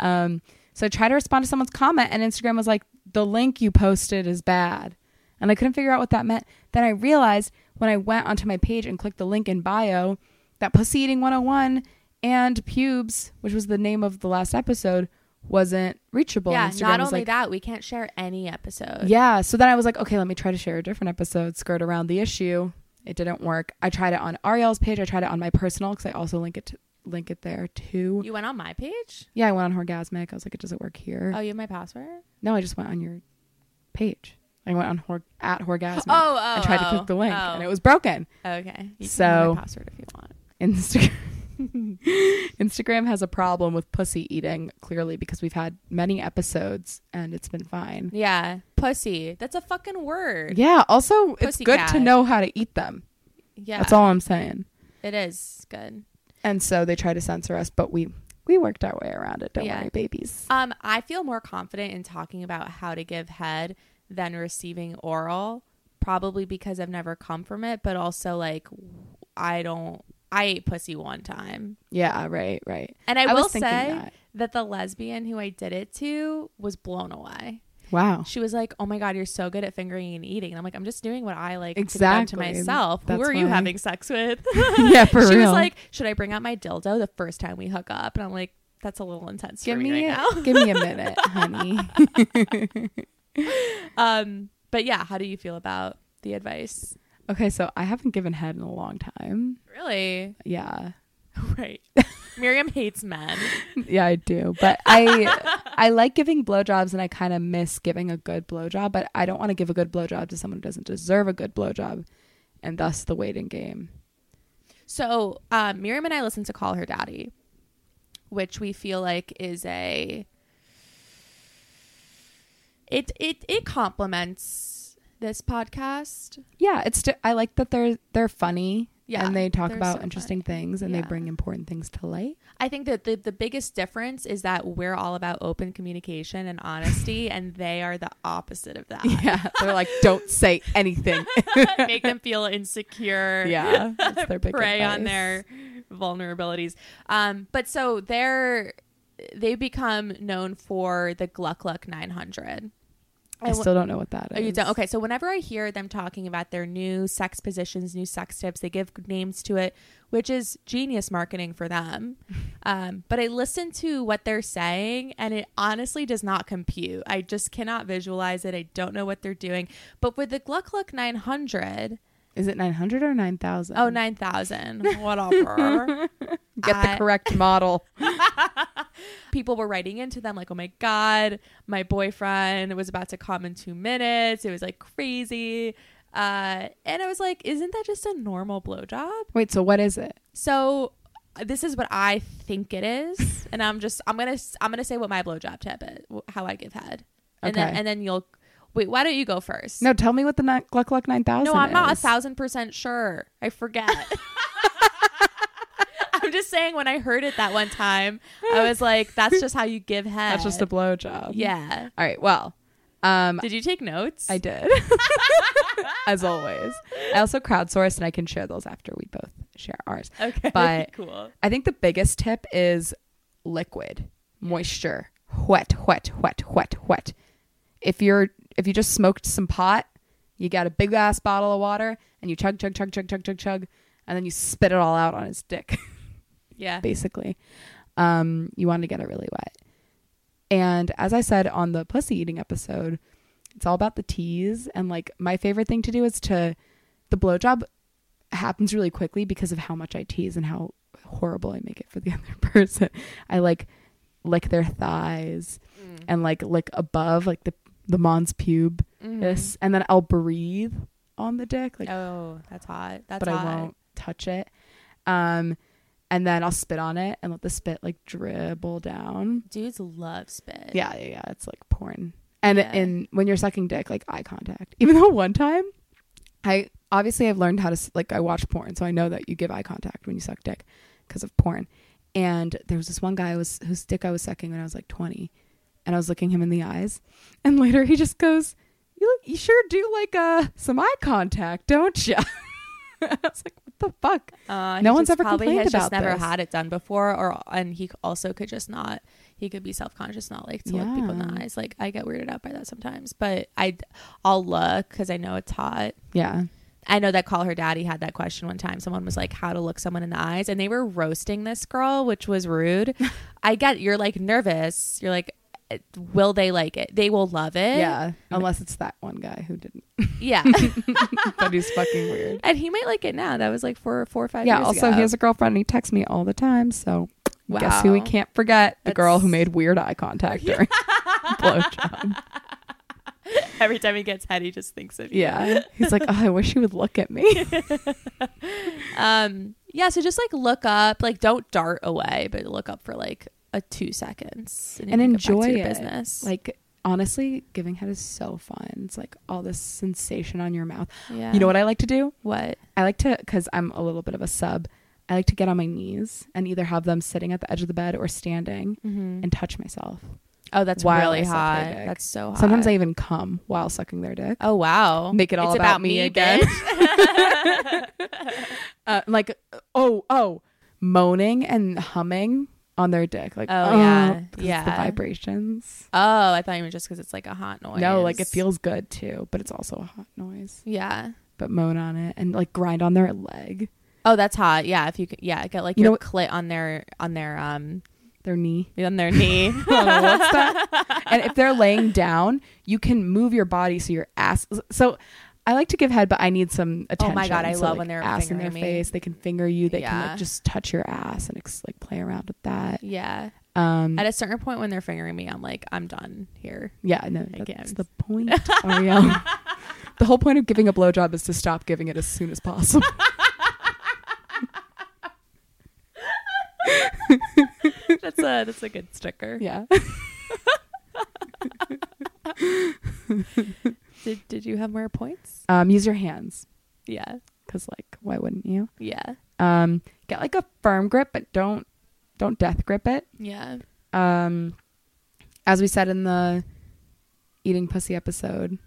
Speaker 2: um, so I tried to respond to someone's comment, and Instagram was like, "The link you posted is bad," and I couldn't figure out what that meant. Then I realized when I went onto my page and clicked the link in bio that Pussy Eating 101 and Pubes, which was the name of the last episode, wasn't reachable.
Speaker 1: yeah.
Speaker 2: and Instagram
Speaker 1: Not
Speaker 2: was
Speaker 1: only
Speaker 2: like,
Speaker 1: that, we can't share any episode.
Speaker 2: yeah. So then I was like, okay, let me try to share a different episode, skirt around the issue. It didn't work. I tried it on Ariel's page. I tried it on my personal because I also link it to, link it there too.
Speaker 1: You went on my page?
Speaker 2: yeah, I went on Horgasmic. I was like, it doesn't work here.
Speaker 1: Oh, you have my password?
Speaker 2: no, I just went on your page. I went on hor- at Horgasmic.
Speaker 1: Oh, oh,
Speaker 2: I tried to
Speaker 1: oh,
Speaker 2: click the link
Speaker 1: oh.
Speaker 2: and it was broken.
Speaker 1: Okay. You
Speaker 2: So-
Speaker 1: can have my password if you want.
Speaker 2: Instagram Instagram has a problem with pussy eating clearly because we've had many episodes and it's been fine.
Speaker 1: Yeah. Pussy. That's a fucking word.
Speaker 2: Yeah. Also, it's good to
Speaker 1: Pussycat.
Speaker 2: know how to eat them.
Speaker 1: Yeah.
Speaker 2: That's all I'm saying.
Speaker 1: It is good.
Speaker 2: and so they try to censor us but we we worked our way around it don't
Speaker 1: Yeah.
Speaker 2: worry babies
Speaker 1: Um, I feel more confident in talking about how to give head than receiving oral, probably because I've never come from it, but also like I don't. I ate pussy one time,
Speaker 2: yeah right right
Speaker 1: and I,
Speaker 2: I was
Speaker 1: will say
Speaker 2: thinking
Speaker 1: that.
Speaker 2: that.
Speaker 1: the lesbian who I did it to was blown away.
Speaker 2: wow
Speaker 1: She was like, "Oh my god, you're so good at fingering and eating." And I'm like, "I'm just doing what I like to,
Speaker 2: Exactly.
Speaker 1: do to myself.
Speaker 2: That's
Speaker 1: who are you
Speaker 2: why.
Speaker 1: having sex with?"
Speaker 2: yeah for
Speaker 1: she
Speaker 2: real
Speaker 1: was like, "Should I bring out my dildo the first time we hook up?" And I'm like, "That's a little intense
Speaker 2: give
Speaker 1: for
Speaker 2: me,
Speaker 1: me right now."
Speaker 2: give me a minute honey
Speaker 1: Um, but yeah, how do you feel about the advice?
Speaker 2: okay so i haven't given head in a long time
Speaker 1: Really?
Speaker 2: yeah
Speaker 1: Right. Miriam hates men.
Speaker 2: yeah i do but i i like giving blowjobs and i kind of miss giving a good blowjob but i don't want to give a good blowjob to someone who doesn't deserve a good blowjob and thus the waiting game
Speaker 1: So, um, Miriam and I listened to Call Her Daddy, which we feel like is a it it it complements this podcast.
Speaker 2: yeah it's st- i like that they're they're funny
Speaker 1: Yeah,
Speaker 2: and they talk
Speaker 1: they're
Speaker 2: about
Speaker 1: so
Speaker 2: interesting things and they
Speaker 1: Yeah.
Speaker 2: bring important things to light
Speaker 1: I think that the, the biggest difference is that we're all about open communication and honesty, and they are the opposite of that.
Speaker 2: Yeah, they're like, don't say anything.
Speaker 1: Make them feel insecure.
Speaker 2: yeah, that's their big
Speaker 1: prey on
Speaker 2: advice.
Speaker 1: their vulnerabilities. Um, but so they're they become known for the Gluck Gluck 900.
Speaker 2: I still don't know what that is.
Speaker 1: Oh, you don't? Okay, so whenever I hear them talking about their new sex positions, new sex tips, they give names to it, which is genius marketing for them. Um, but I listen to what they're saying, and it honestly does not compute. I just cannot visualize it. I don't know what they're doing. But with the Gluck Gluck 900,
Speaker 2: Is it nine hundred or nine thousand?
Speaker 1: oh, 9,000, whatever.
Speaker 2: get the
Speaker 1: I-
Speaker 2: correct model.
Speaker 1: people were writing into them like, "Oh my god, my boyfriend was about to come in two minutes. It was like crazy." Uh, and I was like, isn't that just a normal blowjob?
Speaker 2: Wait, so what is it?
Speaker 1: So uh, this is what I think it is, and I'm just I'm gonna I'm gonna say what my blowjob tip is, wh- how I give head, and then
Speaker 2: Okay.
Speaker 1: and then you'll wait. Why don't you go first?
Speaker 2: No, tell me what the ni- Gluck Gluck 9000
Speaker 1: no, I'm not a
Speaker 2: is.
Speaker 1: thousand percent sure. I forget. I'm just saying when I heard it that one time, I was like, that's just how you give head.
Speaker 2: That's just a blowjob.
Speaker 1: yeah.
Speaker 2: All right. Well, um,
Speaker 1: Did you take notes?
Speaker 2: I did. As always. I also crowdsourced and I can share those after we both share ours.
Speaker 1: okay.
Speaker 2: but-
Speaker 1: cool.
Speaker 2: I think the biggest tip is liquid moisture. Wet, wet, wet, wet, wet. If you're if you just smoked some pot, you got a big ass bottle of water and you chug, chug, chug, chug, chug, chug, chug, and then you spit it all out on his dick,
Speaker 1: Yeah.
Speaker 2: basically. Um, you want to get it really wet. And as I said on the pussy eating episode, it's all about the tease. And like my favorite thing to do is to the blowjob happens really quickly because of how much I tease and how horrible I make it for the other person. I like lick their thighs and like lick above like the the mons pubis, and then I'll breathe on the dick like
Speaker 1: oh, that's hot. That's
Speaker 2: but
Speaker 1: hot.
Speaker 2: I won't touch it. Um, and then I'll spit on it and let the spit like dribble down.
Speaker 1: Dudes love spit.
Speaker 2: Yeah, yeah, yeah. It's like porn. And
Speaker 1: Yeah.
Speaker 2: and when you're sucking dick, like eye contact. Even though one time, I obviously I've learned how to s- like I watch porn, so I know that you give eye contact when you suck dick because of porn. And there was this one guy I was whose dick I was sucking when I was like 20, and I was looking him in the eyes. And later he just goes, "You look, you sure do like uh some eye contact, don't you?" I was like, "What the fuck?"
Speaker 1: Uh,
Speaker 2: No
Speaker 1: he
Speaker 2: one's
Speaker 1: just
Speaker 2: ever
Speaker 1: probably
Speaker 2: complained
Speaker 1: has just
Speaker 2: about
Speaker 1: never
Speaker 2: this.
Speaker 1: had it done before, or and he also could just not. He could be self conscious, not like to look people in the
Speaker 2: Yeah.
Speaker 1: eyes. Like I get weirded out by that sometimes, but I I'll look because I know it's hot.
Speaker 2: Yeah,
Speaker 1: I know that call her daddy had that question one time. Someone was like, "How to look someone in the eyes," and they were roasting this girl, which was rude. I get you're like nervous. You're like, eh, will they like it? They will love it.
Speaker 2: yeah. Unless it's that one guy who didn't,
Speaker 1: yeah.
Speaker 2: but he's fucking weird.
Speaker 1: and he might like it now. That was like four, four or five.
Speaker 2: yeah
Speaker 1: Years
Speaker 2: also
Speaker 1: ago.
Speaker 2: he has a girlfriend and he texts me all the time so guess who we
Speaker 1: Wow.
Speaker 2: can't forget the girl who
Speaker 1: That's-
Speaker 2: made weird eye contact during blowjob
Speaker 1: Every time he gets head, he just thinks of you.
Speaker 2: yeah he's like oh i wish you would look at me
Speaker 1: Um, yeah, so just like look up, like don't dart away, but look up for like a two seconds
Speaker 2: And
Speaker 1: then get back to
Speaker 2: enjoy
Speaker 1: your
Speaker 2: it.
Speaker 1: business.
Speaker 2: like honestly giving head is so fun it's like all this sensation on your mouth
Speaker 1: yeah.
Speaker 2: you know what i like to do
Speaker 1: What?
Speaker 2: i like to because i'm a little bit of a sub i like to get on my knees and either have them sitting at the edge of the bed or standing
Speaker 1: Mm-hmm.
Speaker 2: and touch myself
Speaker 1: Oh, that's
Speaker 2: While
Speaker 1: really
Speaker 2: I suck
Speaker 1: hot.
Speaker 2: her dick.
Speaker 1: That's so hot.
Speaker 2: sometimes i even come while sucking their dick
Speaker 1: Oh wow.
Speaker 2: Make it all
Speaker 1: it's
Speaker 2: about me again.
Speaker 1: bitch.
Speaker 2: uh, like oh oh moaning and humming on their dick like
Speaker 1: Oh,
Speaker 2: oh,
Speaker 1: yeah,
Speaker 2: because it's
Speaker 1: yeah.
Speaker 2: the vibrations
Speaker 1: oh, I thought you meant just because it's like a hot noise.
Speaker 2: no like it feels good too but it's also a hot noise
Speaker 1: Yeah.
Speaker 2: but moan on it and like grind on their leg
Speaker 1: Oh, that's hot. Yeah, if you could, yeah, get like
Speaker 2: You
Speaker 1: your
Speaker 2: know what-
Speaker 1: clit on their on their um
Speaker 2: their knee
Speaker 1: on their knee.
Speaker 2: I don't know what's that. and if they're laying down you can move your body so your ass so I like to give head, but I need some attention.
Speaker 1: Oh God, I
Speaker 2: So,
Speaker 1: love
Speaker 2: like,
Speaker 1: when they're
Speaker 2: ass in their
Speaker 1: fingering me.
Speaker 2: face. They can finger you. They can
Speaker 1: Yeah.
Speaker 2: like just touch your ass and ex- like play around with that.
Speaker 1: yeah.
Speaker 2: Um,
Speaker 1: At a certain point when they're fingering me, I'm like, I'm done here.
Speaker 2: Yeah, no,
Speaker 1: I guess.
Speaker 2: that's the point, Ariel. the whole point of giving a blowjob is to stop giving it as soon as possible.
Speaker 1: that's a that's a good sticker.
Speaker 2: yeah.
Speaker 1: Did did you have more points?
Speaker 2: Um, use your hands,
Speaker 1: Yeah.
Speaker 2: cause like, why wouldn't you?
Speaker 1: Yeah.
Speaker 2: Um, get like a firm grip, but don't don't death grip it.
Speaker 1: Yeah.
Speaker 2: Um, as we said in the eating pussy episode,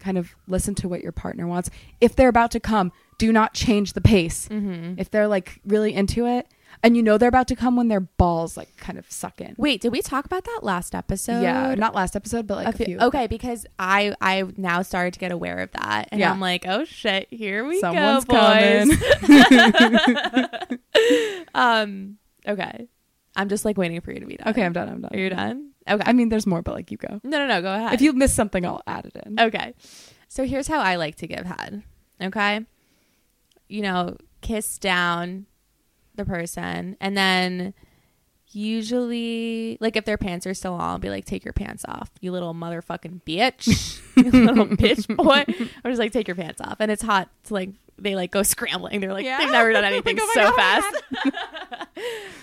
Speaker 2: kind of listen to what your partner wants. If they're about to come, do not change the pace.
Speaker 1: Mm-hmm.
Speaker 2: If they're like really into it, and you know they're about to come when their balls like kind of suck in.
Speaker 1: Wait, did we talk about that last episode?
Speaker 2: yeah, not last episode, but like
Speaker 1: A
Speaker 2: a
Speaker 1: few-
Speaker 2: few.
Speaker 1: okay, because I I now started to get aware of that, and
Speaker 2: Yeah.
Speaker 1: I'm like, oh shit, here we
Speaker 2: someone's
Speaker 1: go, boys.
Speaker 2: coming.
Speaker 1: Um, okay, I'm just like waiting for you to be done.
Speaker 2: okay, I'm done. I'm done.
Speaker 1: Are you done? Okay.
Speaker 2: I mean, there's more, but like you go.
Speaker 1: no, no, no. Go ahead.
Speaker 2: If you miss something, I'll add it in.
Speaker 1: Okay. So here's how I like to give head. Okay. You know, kiss down the person and then usually like if their pants are still on, I'll be like, take your pants off, you little motherfucking bitch, you little bitch boy. I'm just like, take your pants off, and it's hot. It's like they like go scrambling. They're like,
Speaker 2: Yeah.
Speaker 1: they've never done anything
Speaker 2: oh my
Speaker 1: so
Speaker 2: God,
Speaker 1: fast.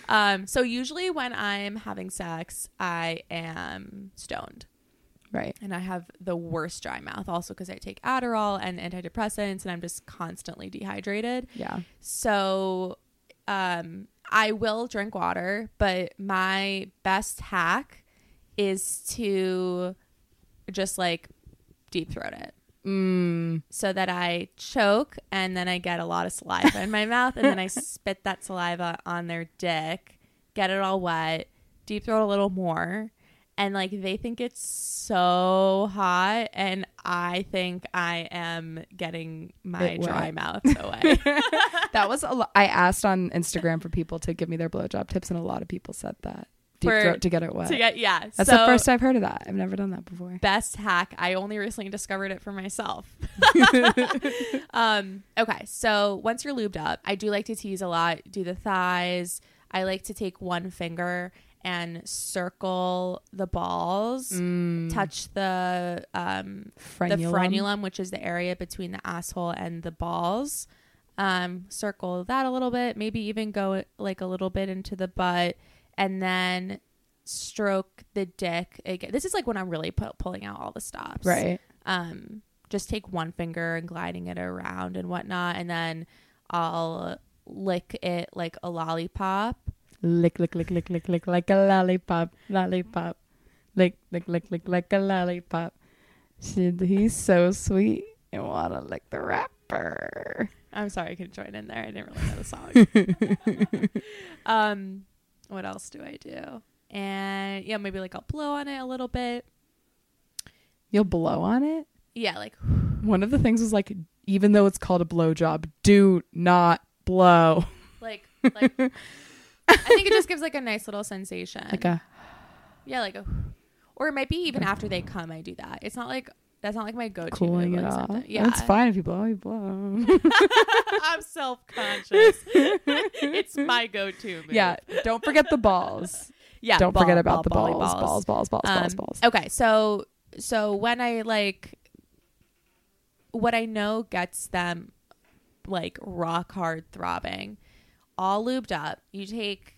Speaker 1: um, so usually when I'm having sex, I am stoned.
Speaker 2: Right.
Speaker 1: And I have the worst dry mouth also because I take Adderall and antidepressants and I'm just constantly dehydrated.
Speaker 2: Yeah.
Speaker 1: So um, I will drink water, but my best hack is to just like deep throat it
Speaker 2: Mm.
Speaker 1: so that I choke and then I get a lot of saliva in my mouth and then I spit that saliva on their dick, get it all wet, deep throat a little more. And like they think it's so hot and I think I am getting my
Speaker 2: It wet.
Speaker 1: dry mouth away.
Speaker 2: That was a lot. I asked on Instagram for people to give me their blowjob tips, and a lot of people said that deep
Speaker 1: For-
Speaker 2: throat to get it wet.
Speaker 1: to get yeah.
Speaker 2: That's
Speaker 1: so
Speaker 2: the first I've heard of that. I've never done that before.
Speaker 1: best hack. I only recently discovered it for myself. um, okay, so once you're lubed up, I do like to tease a lot, do the thighs. I like to take one finger and circle the balls,
Speaker 2: Mm.
Speaker 1: touch the um,
Speaker 2: Frenulum.
Speaker 1: the frenulum, which is the area between the asshole and the balls. Um, circle that a little bit, maybe even go like a little bit into the butt, and then stroke the dick again. This is like when I'm really pu- pulling out all the stops,
Speaker 2: Right.
Speaker 1: Um, just take one finger and gliding it around and whatnot, and then I'll lick it like a lollipop.
Speaker 2: Lick, lick, lick, lick, lick, lick, like a lollipop, lollipop. Lick, lick, lick, lick, like a lollipop. She, he's so sweet and wanna lick the rapper.
Speaker 1: I'm sorry I couldn't join in there. I didn't really know the song. um, what else do I do? And yeah, maybe like I'll blow on it a little bit.
Speaker 2: You'll blow on it.
Speaker 1: Yeah, like
Speaker 2: One of the things was like, even though it's called a blowjob, do not blow.
Speaker 1: like like. I think it just gives like a nice little sensation.
Speaker 2: Like a
Speaker 1: yeah, like a, or it might be even after they come. I do that. It's not like that's not like my go-to.
Speaker 2: cooling
Speaker 1: move,
Speaker 2: it
Speaker 1: like
Speaker 2: off.
Speaker 1: something-
Speaker 2: Yeah, it's fine if you blow. You blow.
Speaker 1: I'm self-conscious. it's my go-to. Move.
Speaker 2: yeah, don't forget the balls.
Speaker 1: yeah.
Speaker 2: don't
Speaker 1: ball-
Speaker 2: forget about
Speaker 1: ball-
Speaker 2: the
Speaker 1: volley
Speaker 2: balls, balls, balls, balls, balls,
Speaker 1: Um,
Speaker 2: balls.
Speaker 1: Okay, so so when I like what I know gets them like rock hard throbbing, all lubed up, you take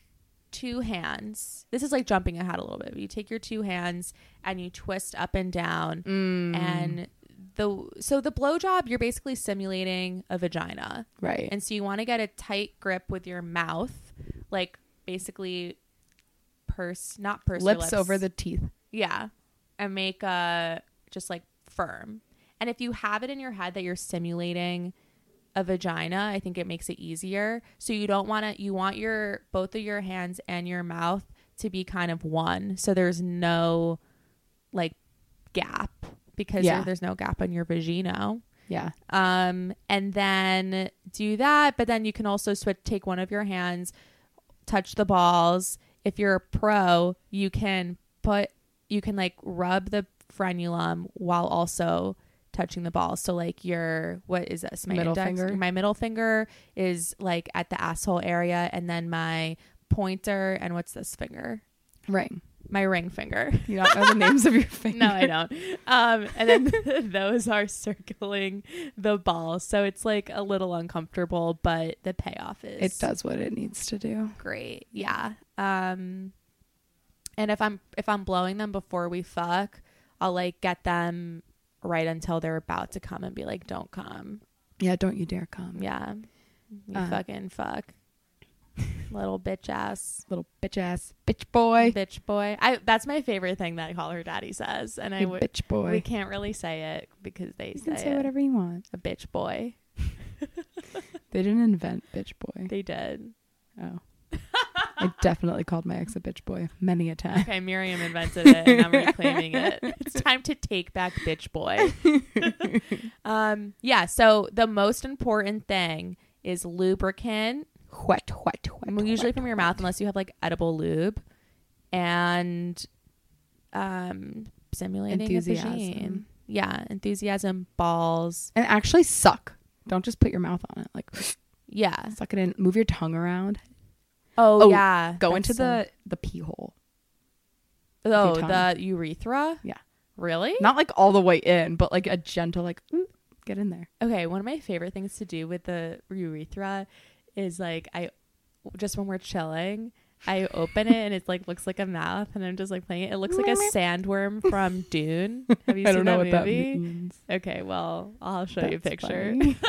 Speaker 1: two hands. This is like jumping ahead a little bit. But you take your two hands and you twist up and down
Speaker 2: Mm.
Speaker 1: and the so the blowjob you're basically simulating a vagina.
Speaker 2: Right.
Speaker 1: And so you want to get a tight grip with your mouth, like basically purse not purse your
Speaker 2: lips over the teeth.
Speaker 1: yeah. And make a just like firm. And if you have it in your head that you're simulating a vagina, I think it makes it easier. So you don't want to you want your both of your hands and your mouth to be kind of one. So there's no like gap because
Speaker 2: Yeah.
Speaker 1: there- there's no gap on your vagina.
Speaker 2: Yeah.
Speaker 1: Um and then do that, but then you can also switch take one of your hands touch the balls. If you're a pro, you can put you can like rub the frenulum while also touching the balls. So like your what is this? My
Speaker 2: Middle
Speaker 1: index-
Speaker 2: finger?
Speaker 1: My middle finger is like at the asshole area, and then my pointer and what's this finger?
Speaker 2: Right.
Speaker 1: My ring finger.
Speaker 2: You don't know the names of your fingers.
Speaker 1: No, I don't. Um, and then those are circling the ball, so it's like a little uncomfortable, but the payoff is
Speaker 2: It does what it needs to do.
Speaker 1: great. Yeah. Um and if I'm if I'm blowing them before we fuck, I'll like get them right until they're about to come and be like, "Don't come."
Speaker 2: Yeah, don't you dare come.
Speaker 1: Yeah. You
Speaker 2: Uh.
Speaker 1: fucking fuck. Little bitch ass.
Speaker 2: Little bitch ass. Bitch boy.
Speaker 1: Bitch boy. I that's my favorite thing that Call Her Daddy says and I
Speaker 2: You
Speaker 1: would
Speaker 2: bitch boy.
Speaker 1: we can't really say it because they
Speaker 2: you
Speaker 1: say,
Speaker 2: can say
Speaker 1: it.
Speaker 2: whatever you want.
Speaker 1: a bitch boy.
Speaker 2: They didn't invent bitch boy.
Speaker 1: They did.
Speaker 2: oh. I definitely called my ex a bitch boy many a time.
Speaker 1: Okay, Miriam invented it, and I'm reclaiming it. It's time to take back bitch boy. um, yeah. So the most important thing is lubricant,
Speaker 2: What, what, what?
Speaker 1: usually from your mouth, unless you have like edible lube, and um, simulating enthusiasm. A vagine.
Speaker 2: Enthusiasm.
Speaker 1: yeah, enthusiasm, balls.
Speaker 2: And actually suck. Don't just put your mouth on it. Like
Speaker 1: Yeah,
Speaker 2: suck it in. Move your tongue around.
Speaker 1: Oh,
Speaker 2: Oh,
Speaker 1: yeah.
Speaker 2: Go
Speaker 1: that's
Speaker 2: into
Speaker 1: so-
Speaker 2: the the pee hole.
Speaker 1: oh
Speaker 2: tongue.
Speaker 1: the urethra.
Speaker 2: Yeah.
Speaker 1: Really?
Speaker 2: Not like all the way in, but like a gentle like "Ooh, get in there.
Speaker 1: Okay, one of my favorite things to do with the urethra is like I just when we're chilling, I open it and it's like looks like a mouth, and I'm just like playing it. It looks like a sandworm from Dune. Have you seen that movie?
Speaker 2: means.
Speaker 1: Okay, well I'll show you a
Speaker 2: That's
Speaker 1: picture.
Speaker 2: funny.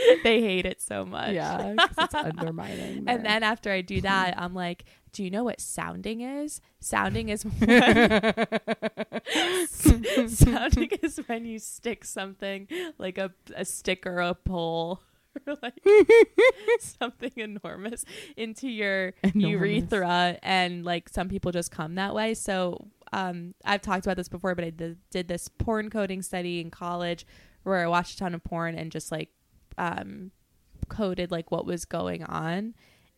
Speaker 1: they hate it so much.
Speaker 2: yeah, 'cause it's undermining.
Speaker 1: And then after I do that, I'm like, do you know what sounding is? Sounding is when sounding is when you stick something like a a stick or a pole or like something enormous into your
Speaker 2: Enormous.
Speaker 1: urethra and like some people just come that way. So um I've talked about this before, but I did, did this porn coding study in college where I watched a ton of porn and just like um coded like what was going on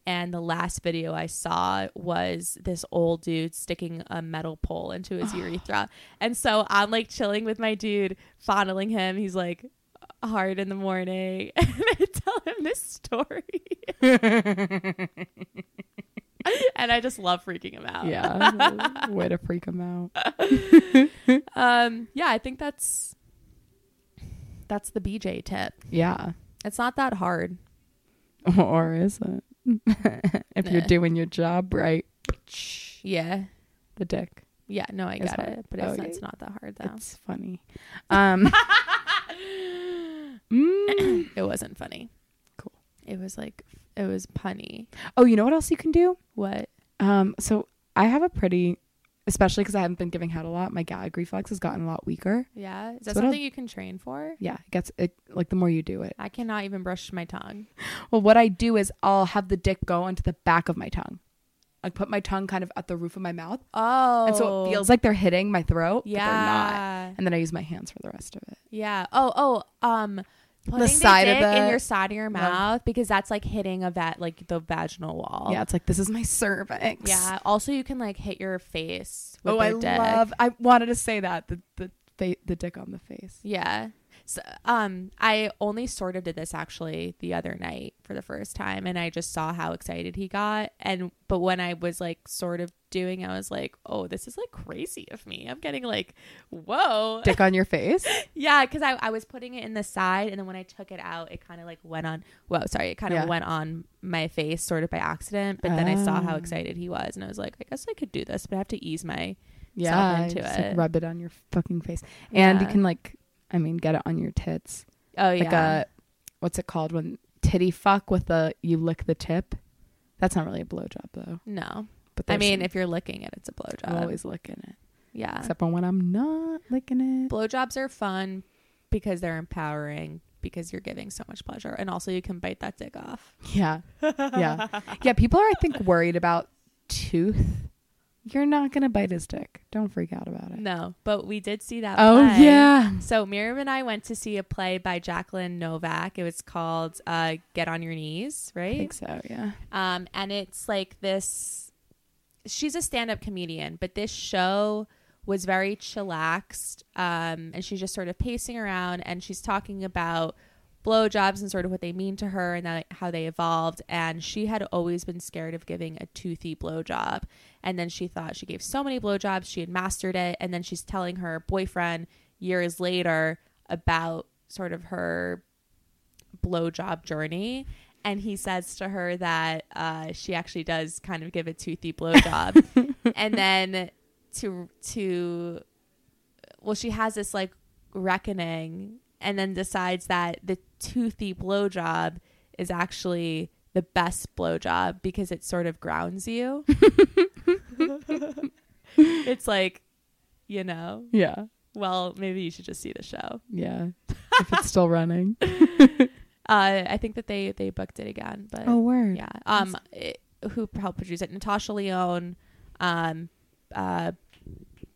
Speaker 1: and the last video i saw was this old dude sticking a metal pole into his urethra and so i'm like chilling with my dude fondling him he's like hard in the morning and i tell him this story and i just love freaking him out
Speaker 2: yeah, way to freak them out.
Speaker 1: um yeah i think that's that's the bj tip
Speaker 2: Yeah,
Speaker 1: it's not that hard
Speaker 2: or is it? if you're
Speaker 1: Nah.
Speaker 2: doing your job right,
Speaker 1: yeah
Speaker 2: the dick.
Speaker 1: yeah no i
Speaker 2: It's
Speaker 1: got
Speaker 2: hard.
Speaker 1: it but it's,
Speaker 2: Okay.
Speaker 1: it's not that hard though
Speaker 2: It's funny. Um, mm.
Speaker 1: It wasn't funny.
Speaker 2: Cool.
Speaker 1: It was like it was punny.
Speaker 2: oh, you know what else you can do?
Speaker 1: What?
Speaker 2: Um, so I have a pretty, especially because I haven't been giving head a lot. My gag reflex has gotten a lot weaker.
Speaker 1: Yeah. Is that
Speaker 2: So what
Speaker 1: something you can train for?
Speaker 2: Yeah, it gets it like the more you do it.
Speaker 1: I cannot even brush my tongue.
Speaker 2: Well, what I do is I'll have the dick go onto the back of my tongue. I put my tongue kind of at the roof of my mouth,
Speaker 1: Oh.
Speaker 2: and so it feels like they're hitting my throat,
Speaker 1: yeah.
Speaker 2: but they're not. And then I use my hands for the rest of it.
Speaker 1: Yeah. Oh, oh, um putting the
Speaker 2: side of
Speaker 1: dick in
Speaker 2: the-
Speaker 1: your side of your mouth because that's like hitting a vat like the vaginal wall.
Speaker 2: Yeah, it's like this is my cervix.
Speaker 1: Yeah. Also you can like hit your face with
Speaker 2: Oh,
Speaker 1: your
Speaker 2: I
Speaker 1: dick.
Speaker 2: love. I wanted to say that the the fa- the dick on the face.
Speaker 1: Yeah. So, um, I only sort of did this actually the other night for the first time, and I just saw how excited he got. And but when I was like sort of doing, I was like, oh, this is like crazy of me. I'm getting like, whoa,
Speaker 2: Dick on your face.
Speaker 1: yeah, because I I was putting it in the side, and then when I took it out, it kind of like went on. Whoa, sorry, it kind of
Speaker 2: Yeah.
Speaker 1: went on my face sort of by accident. But then I saw how
Speaker 2: Ah.
Speaker 1: excited he was, and I was like, I guess I could do this, but I have to ease my
Speaker 2: Yeah,
Speaker 1: into
Speaker 2: just,
Speaker 1: it.
Speaker 2: Like, rub it on your fucking face, and you
Speaker 1: Yeah.
Speaker 2: can like, I mean, get it on your tits.
Speaker 1: oh
Speaker 2: Like
Speaker 1: yeah.
Speaker 2: a, what's it called when titty fuck with the you lick the tip. That's not really a blowjob though.
Speaker 1: no,
Speaker 2: But
Speaker 1: I
Speaker 2: there's
Speaker 1: mean,
Speaker 2: some-
Speaker 1: if uh, you're licking it, it's a blowjob.
Speaker 2: I'm always licking it,
Speaker 1: yeah.
Speaker 2: except for when I'm not licking it.
Speaker 1: blowjobs are fun because they're empowering because you're giving so much pleasure and also you can bite that dick off
Speaker 2: Yeah, yeah, yeah. People are, I think, worried about tooth. You're not gonna bite his dick. Don't freak out about it.
Speaker 1: no but we did see that
Speaker 2: Oh
Speaker 1: play.
Speaker 2: yeah.
Speaker 1: so miriam and i went to see a play by jacqueline novak it was called uh, get on your knees
Speaker 2: I
Speaker 1: right
Speaker 2: think so, yeah.
Speaker 1: um, and it's like this she's a stand-up comedian but this show was very chillaxed um, and she's just sort of pacing around and she's talking about blowjobs and sort of what they mean to her and that, how they evolved and she had always been scared of giving a toothy blowjob and then she thought she gave so many blowjobs she had mastered it and then she's telling her boyfriend years later about sort of her blowjob journey. And he says to her that uh, she actually does kind of give a toothy blowjob. and then to, to, well, she has this like reckoning and then decides that the toothy blowjob is actually the best blowjob because it sort of grounds you. it's like, you know,
Speaker 2: Yeah.
Speaker 1: well, maybe you should just see the show.
Speaker 2: Yeah. if it's still running.
Speaker 1: Uh, I think that they they booked it again, but
Speaker 2: Oh, word.
Speaker 1: yeah. Um, it- who helped produce it? Natasha Leone, um, uh,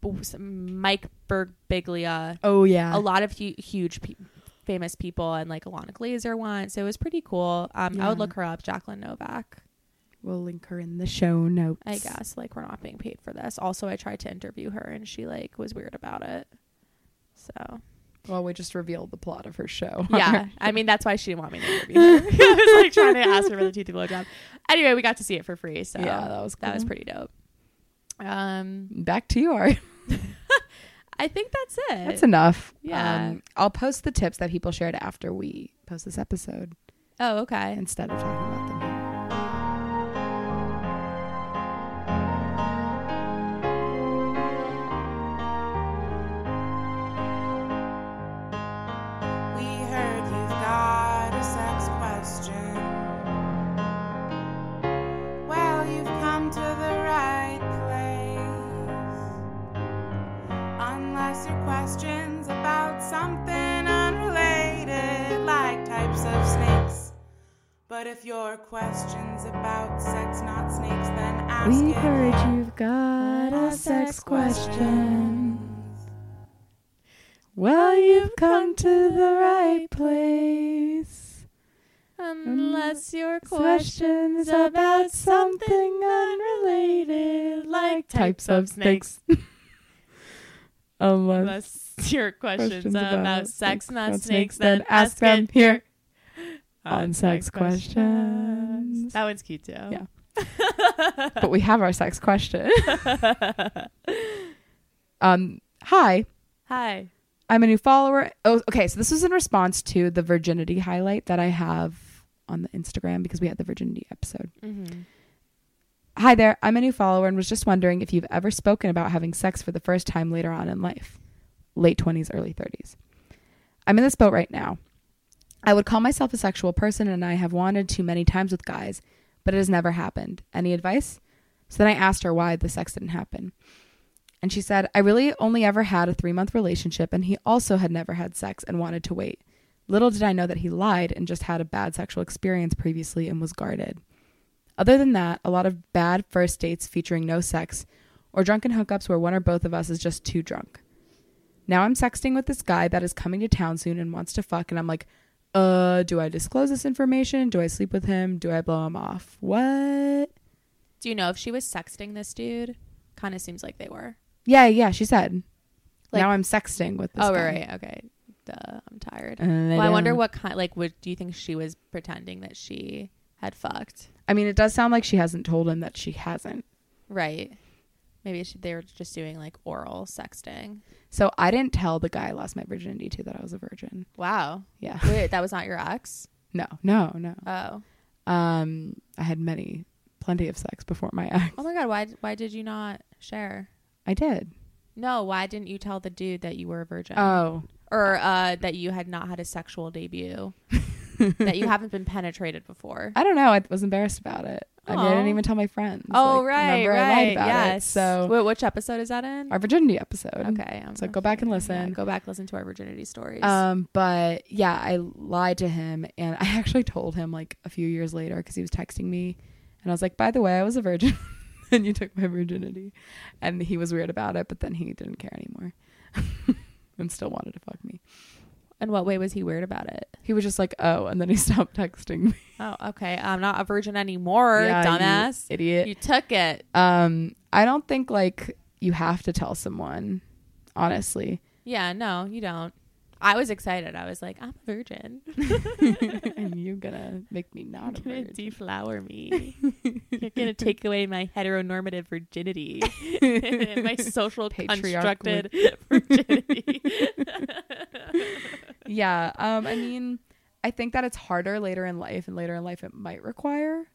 Speaker 1: b- some- Mike Bergbiglia,
Speaker 2: Oh yeah.
Speaker 1: a lot of hu- huge, pe- famous people, and like Alana Glazer once. So it was pretty cool. Um, I would
Speaker 2: Yeah.
Speaker 1: look her up, Jacqueline Novak.
Speaker 2: We'll link her in the show notes.
Speaker 1: I guess like we're not being paid for this. Also, I tried to interview her, and she like was weird about it. So
Speaker 2: Well, we just revealed the plot of her show.
Speaker 1: Yeah, I mean that's why she didn't want me to interview her. I was like trying to ask her for the toothy blow job. Anyway, we got to see it for free, so
Speaker 2: Yeah, that was
Speaker 1: that was
Speaker 2: cool.
Speaker 1: pretty dope. Um,
Speaker 2: Back to you, Ari.
Speaker 1: I think that's it.
Speaker 2: That's enough. Um,
Speaker 1: Yeah.
Speaker 2: I'll post the tips that people shared after we post this episode
Speaker 1: oh, okay.
Speaker 2: instead of talking about them. here.
Speaker 3: We heard you've got a sex question. Well, you've come to the right place. Unless your question's about something unrelated, like types of snakes. But if your question's about sex, not snakes, then ask
Speaker 2: We
Speaker 3: it.
Speaker 2: heard you've got a sex question. Well, you've come to the right place.
Speaker 1: Unless
Speaker 2: Um,
Speaker 1: your question
Speaker 2: Questions about something unrelated, like types of snakes. Unless
Speaker 1: Unless your question's
Speaker 2: questions
Speaker 1: about,
Speaker 2: about
Speaker 1: sex, not snakes,
Speaker 2: then ask them
Speaker 1: it
Speaker 2: here on Sex Questions.
Speaker 1: That one's cute too.
Speaker 2: Yeah. but we have our sex question. um, hi,
Speaker 1: Hi.
Speaker 2: I'm a new follower. Oh, okay. So this was in response to the virginity highlight that I have on the Instagram because we had the virginity episode.
Speaker 1: Mm-hmm.
Speaker 2: Hi there. I'm a new follower and was just wondering if you've ever spoken about having sex for the first time later on in life, late 20s, early 30s. I'm in this boat right now. I would call myself a sexual person and I have wanted to many times with guys, but it has never happened. Any advice? So then I asked her why the sex didn't happen. And she said, I really only ever had a three month relationship and he also had never had sex and wanted to wait. Little did I know that he lied and just had a bad sexual experience previously and was guarded. Other than that, a lot of bad first dates featuring no sex or drunken hookups where one or both of us is just too drunk. Now I'm sexting with this guy that is coming to town soon and wants to fuck, and I'm like, uh, do I disclose this information? Do I sleep with him? Do I blow him off? What?
Speaker 1: Do you know if she was sexting this dude? Kind of seems like they were.
Speaker 2: Yeah, yeah, she said.
Speaker 1: Like-
Speaker 2: now I'm sexting with this
Speaker 1: oh,
Speaker 2: guy.
Speaker 1: right, right. Okay. Duh, I'm tired.
Speaker 2: And
Speaker 1: well, I wonder
Speaker 2: don't-
Speaker 1: what kind. Like, would do you think she was pretending that she had fucked?
Speaker 2: I mean, it does sound like she hasn't told him that she hasn't.
Speaker 1: Right. Maybe she, they were just doing like oral sexting.
Speaker 2: So I didn't tell the guy I lost my virginity to that I was a virgin.
Speaker 1: Wow.
Speaker 2: Yeah.
Speaker 1: Wait, that was not your ex.
Speaker 2: No, no, no.
Speaker 1: Oh.
Speaker 2: Um, I had many, plenty of sex before my ex.
Speaker 1: Oh my god. Why? Why did you not share?
Speaker 2: I did.
Speaker 1: No. Why didn't you tell the dude that you were a virgin?
Speaker 2: Oh,
Speaker 1: Or uh, that you had not had a sexual debut. that you haven't been penetrated before.
Speaker 2: I don't know. I was embarrassed about it. I, mean, I didn't
Speaker 1: Aw.
Speaker 2: even tell my friends.
Speaker 1: oh
Speaker 2: Like,
Speaker 1: right.
Speaker 2: remember
Speaker 1: right.
Speaker 2: I lied about
Speaker 1: yes.
Speaker 2: it. So
Speaker 1: Wait, which episode is that in?
Speaker 2: our virginity episode.
Speaker 1: Okay. I'm
Speaker 2: So
Speaker 1: not
Speaker 2: go back and
Speaker 1: sure.
Speaker 2: listen.
Speaker 1: Yeah, go back, listen to our virginity stories.
Speaker 2: Um, but yeah, I lied to him, and I actually told him like a few years later because he was texting me, and I was like, "By the way, I was a virgin, and you took my virginity," and he was weird about it, but then he didn't care anymore, and still wanted to fuck me.
Speaker 1: in what way was he weird about it?
Speaker 2: He was just like, "Oh," and then he stopped texting me.
Speaker 1: Oh, okay. I'm not a virgin anymore,
Speaker 2: Yeah, you
Speaker 1: dumbass.
Speaker 2: idiot.
Speaker 1: you took it.
Speaker 2: um, I don't think like you have to tell someone, honestly.
Speaker 1: Yeah, no, you don't. I was excited. I was like, I'm a virgin.
Speaker 2: and you're gonna make me
Speaker 1: You're
Speaker 2: not a
Speaker 1: gonna
Speaker 2: virgin.
Speaker 1: deflower me. You're gonna take away my heteronormative virginity, my social constructed virginity.
Speaker 2: yeah. Um, I mean, I think that it's harder later in life, and later in life it might require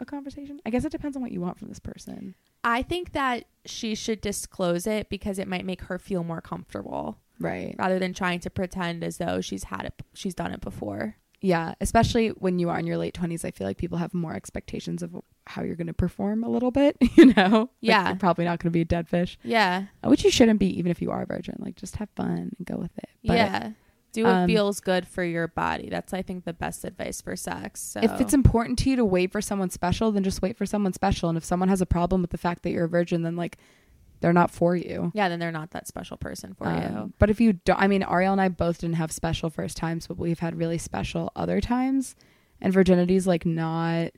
Speaker 2: a conversation. I guess it depends on what you want from this person.
Speaker 1: I think that she should disclose it because it might make her feel more comfortable,
Speaker 2: Right.
Speaker 1: rather than trying to pretend as though she's had it, she's done it before.
Speaker 2: Yeah. Especially when you are in your late twenties, I feel like people have more expectations of how you're gonna perform a little bit. You know. Like,
Speaker 1: Yeah.
Speaker 2: you're probably not gonna be a dead fish,
Speaker 1: Yeah,
Speaker 2: Uh, which you shouldn't be, even if you are a virgin. Like, just have fun and go with it. But
Speaker 1: yeah. Do what
Speaker 2: um,
Speaker 1: feels good for your body. That's I think the best advice for sex. So
Speaker 2: If it's important to you to wait for someone special, then just wait for someone special. And if someone has a problem with the fact that you're a virgin, then like they're not for you.
Speaker 1: yeah, then they're not that special person for
Speaker 2: Um, but if you don't, I mean, Ariel and I both didn't have special first times, but we've had really special other times. And virginity's like not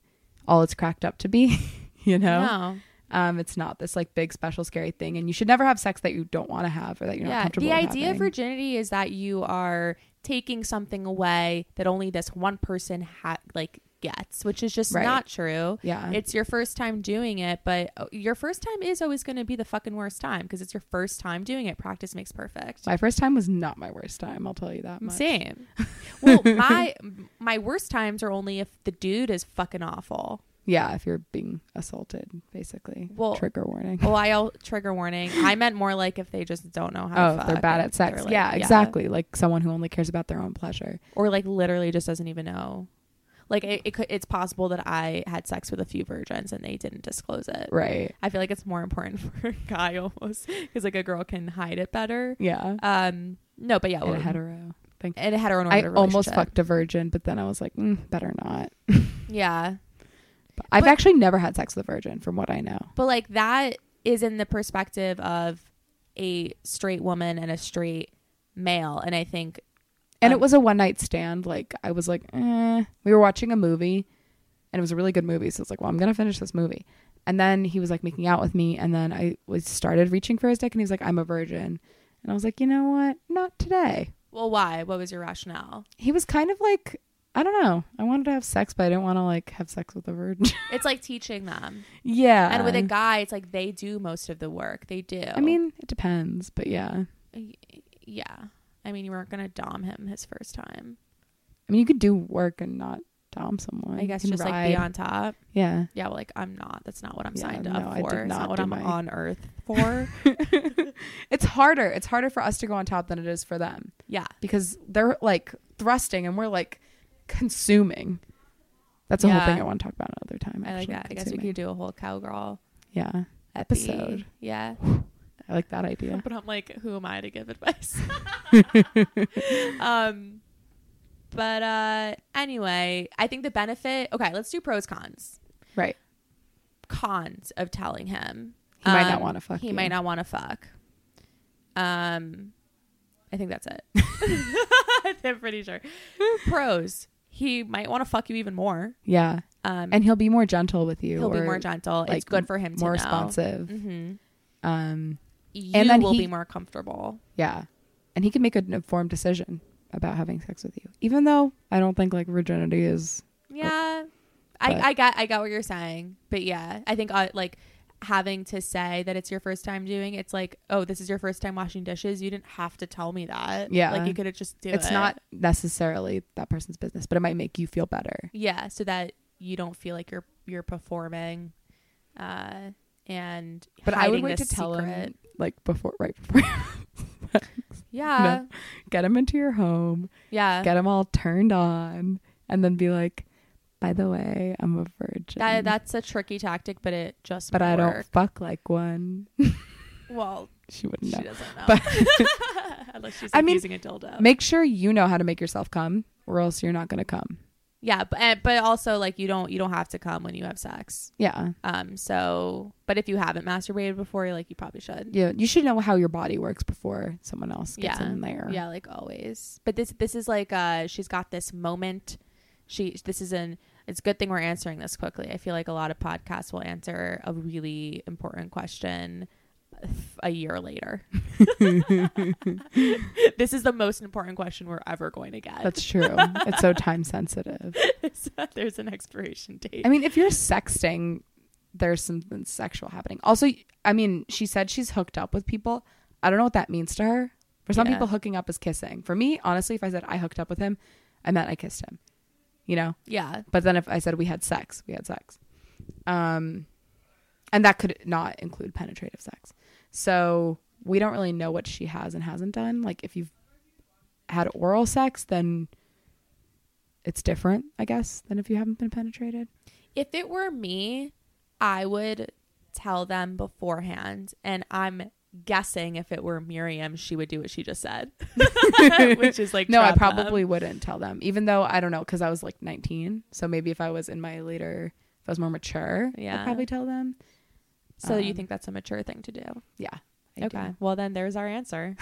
Speaker 2: all it's cracked up to be, you
Speaker 1: you.
Speaker 2: know?
Speaker 1: No.
Speaker 2: Um, it's not this like big special scary thing, and you should never have sex that you don't want to have or that you're not
Speaker 1: yeah.
Speaker 2: comfortable.
Speaker 1: The
Speaker 2: with
Speaker 1: idea of
Speaker 2: having.
Speaker 1: virginity is that you are taking something away that only this one person ha- like gets, which is just
Speaker 2: Right.
Speaker 1: not true.
Speaker 2: yeah,
Speaker 1: It's your first time doing it, but uh, your first time is always going to be the fucking worst time because it's your first time doing it. Practice makes perfect.
Speaker 2: my first time was not my worst time. I'll tell you that much.
Speaker 1: Same. well, my my worst times are only if the dude is fucking awful.
Speaker 2: Yeah, if you're being assaulted, basically.
Speaker 1: Well-
Speaker 2: trigger warning.
Speaker 1: Well, I'll trigger warning. I meant more like if they just don't know how.
Speaker 2: Oh,
Speaker 1: to
Speaker 2: if they're
Speaker 1: fuck
Speaker 2: bad
Speaker 1: and
Speaker 2: at sex.
Speaker 1: they're like-
Speaker 2: yeah, exactly. Like someone who only cares about their own pleasure.
Speaker 1: or like literally just doesn't even know. Like it, it could, it's possible that I had sex with a few virgins and they didn't disclose it.
Speaker 2: Right.
Speaker 1: I feel like it's more important for a guy almost because like a girl can hide it better.
Speaker 2: Yeah.
Speaker 1: Um, no, but yeah,
Speaker 2: And
Speaker 1: well,
Speaker 2: a hetero. Thing.
Speaker 1: and a hetero.
Speaker 2: I almost fucked a virgin, but then I was like, mm, better not.
Speaker 1: Yeah,
Speaker 2: But I've
Speaker 1: But-
Speaker 2: actually never had sex with a virgin, from what I know.
Speaker 1: but like that is in the perspective of a straight woman and a straight male, and I think
Speaker 2: And
Speaker 1: Um,
Speaker 2: it was a one night stand. Like I was like, eh. we were watching a movie, and it was a really good movie. So I was like, well, I'm gonna finish this movie. And then he was like making out with me, and then I was started reaching for his dick, and he was like, I'm a virgin. And I was like, you know what? Not today.
Speaker 1: well, why? What was your rationale?
Speaker 2: He was kind of like, I don't know. I wanted to have sex, but I didn't want to like have sex with a virgin.
Speaker 1: It's like teaching them,
Speaker 2: yeah.
Speaker 1: and with a guy, it's like they do most of the work. They do.
Speaker 2: Um, I mean, it depends, but yeah. I
Speaker 1: Y- yeah. I mean, you weren't gonna dom him his first time.
Speaker 2: mean, you could do work and not dom someone.
Speaker 1: I guess
Speaker 2: You can
Speaker 1: just like
Speaker 2: ride.
Speaker 1: be on top.
Speaker 2: Yeah.
Speaker 1: Yeah, well, like I'm not. That's not what I'm
Speaker 2: Yeah,
Speaker 1: signed
Speaker 2: no,
Speaker 1: up
Speaker 2: I
Speaker 1: for.
Speaker 2: did
Speaker 1: it's not
Speaker 2: not
Speaker 1: what
Speaker 2: do
Speaker 1: I'm
Speaker 2: my-
Speaker 1: on Earth for.
Speaker 2: It's harder. It's harder for us to go on top than it is for them.
Speaker 1: yeah,
Speaker 2: because they're like thrusting and we're like consuming. That's a
Speaker 1: Yeah.
Speaker 2: whole thing I want to talk about another time.
Speaker 1: I like
Speaker 2: actually,
Speaker 1: that. I guess we
Speaker 2: consuming.
Speaker 1: could do a whole cowgirl
Speaker 2: Yeah,
Speaker 1: epi.
Speaker 2: Episode.
Speaker 1: Yeah,
Speaker 2: I like that idea.
Speaker 1: but I'm like, who am I to give advice? um, but uh, anyway, I think the benefit. Okay, let's do pros cons.
Speaker 2: Right.
Speaker 1: Cons of telling him
Speaker 2: He might not wanna fuck
Speaker 1: Um, He
Speaker 2: you.
Speaker 1: might not want to fuck. Um, I think that's it. I'm pretty sure. Pros. He might want to fuck you even more.
Speaker 2: Yeah,
Speaker 1: Um,
Speaker 2: and he'll be more gentle with you.
Speaker 1: he'll be
Speaker 2: or
Speaker 1: more gentle. it's
Speaker 2: like,
Speaker 1: good for him to
Speaker 2: more
Speaker 1: know.
Speaker 2: responsive.
Speaker 1: Mm-hmm.
Speaker 2: Um,
Speaker 1: You
Speaker 2: And then
Speaker 1: will
Speaker 2: he-
Speaker 1: be more comfortable.
Speaker 2: yeah, and he can make an informed decision about having sex with you, even though I don't think like virginity is
Speaker 1: Yeah,
Speaker 2: But-
Speaker 1: I, I got I got what you're saying, but yeah, I think uh, like having to say that it's your first time doing it's like oh this is your first time washing dishes you didn't have to tell me that
Speaker 2: Yeah.
Speaker 1: like you could have just do
Speaker 2: it's
Speaker 1: it.
Speaker 2: not necessarily that person's business, but it might make you feel better.
Speaker 1: yeah so that you don't feel like you're you're performing uh and
Speaker 2: But I would
Speaker 1: hiding
Speaker 2: wait to
Speaker 1: this
Speaker 2: tell
Speaker 1: secret.
Speaker 2: him like before, right before,
Speaker 1: yeah
Speaker 2: get him into your home.
Speaker 1: yeah
Speaker 2: get them all turned on and then be like by the way i'm a virgin
Speaker 1: that, that's a tricky tactic but it just
Speaker 2: but i
Speaker 1: might
Speaker 2: don't
Speaker 1: work.
Speaker 2: fuck like one
Speaker 1: well
Speaker 2: she wouldn't
Speaker 1: she
Speaker 2: know
Speaker 1: doesn't know
Speaker 2: But-
Speaker 1: unless she's
Speaker 2: I
Speaker 1: like,
Speaker 2: mean,
Speaker 1: using a dildo
Speaker 2: make sure you know how to make yourself come or else you're not gonna come
Speaker 1: yeah but and- but also like you don't you don't have to come when you have sex
Speaker 2: yeah
Speaker 1: um so but if you haven't masturbated before like you probably should
Speaker 2: you, you should know how your body works before someone else gets
Speaker 1: Yeah.
Speaker 2: in there
Speaker 1: yeah like always but this this is like uh she's got this moment she this is an it's a good thing we're answering this quickly i feel like a lot of podcasts will answer a really important question uh, a year later this is the most important question we're ever going to get
Speaker 2: that's true it's so time sensitive
Speaker 1: there's an expiration date
Speaker 2: i mean if you're sexting there's something sexual happening also i mean she said she's hooked up with people i don't know what that means to her for some
Speaker 1: Yeah.
Speaker 2: people hooking up is kissing for me honestly if i said i hooked up with him i meant i kissed him you know
Speaker 1: yeah
Speaker 2: but then if i said we had sex we had sex um and that could not include penetrative sex so we don't really know what she has and hasn't done like if you've had oral sex then it's different i guess than if you haven't been penetrated
Speaker 1: if it were me, I would tell them beforehand. And I'm guessing if it were Miriam, she would do what she just said, which is like
Speaker 2: No, I
Speaker 1: trap them.
Speaker 2: probably wouldn't tell them, even though I don't know, because I was like 19. So maybe if I was in my later, if I was more mature,
Speaker 1: Yeah.
Speaker 2: I'd probably tell them.
Speaker 1: So you
Speaker 2: um,
Speaker 1: think that's a mature thing to do?
Speaker 2: Yeah. I
Speaker 1: okay.
Speaker 2: do.
Speaker 1: Well, then there's our answer.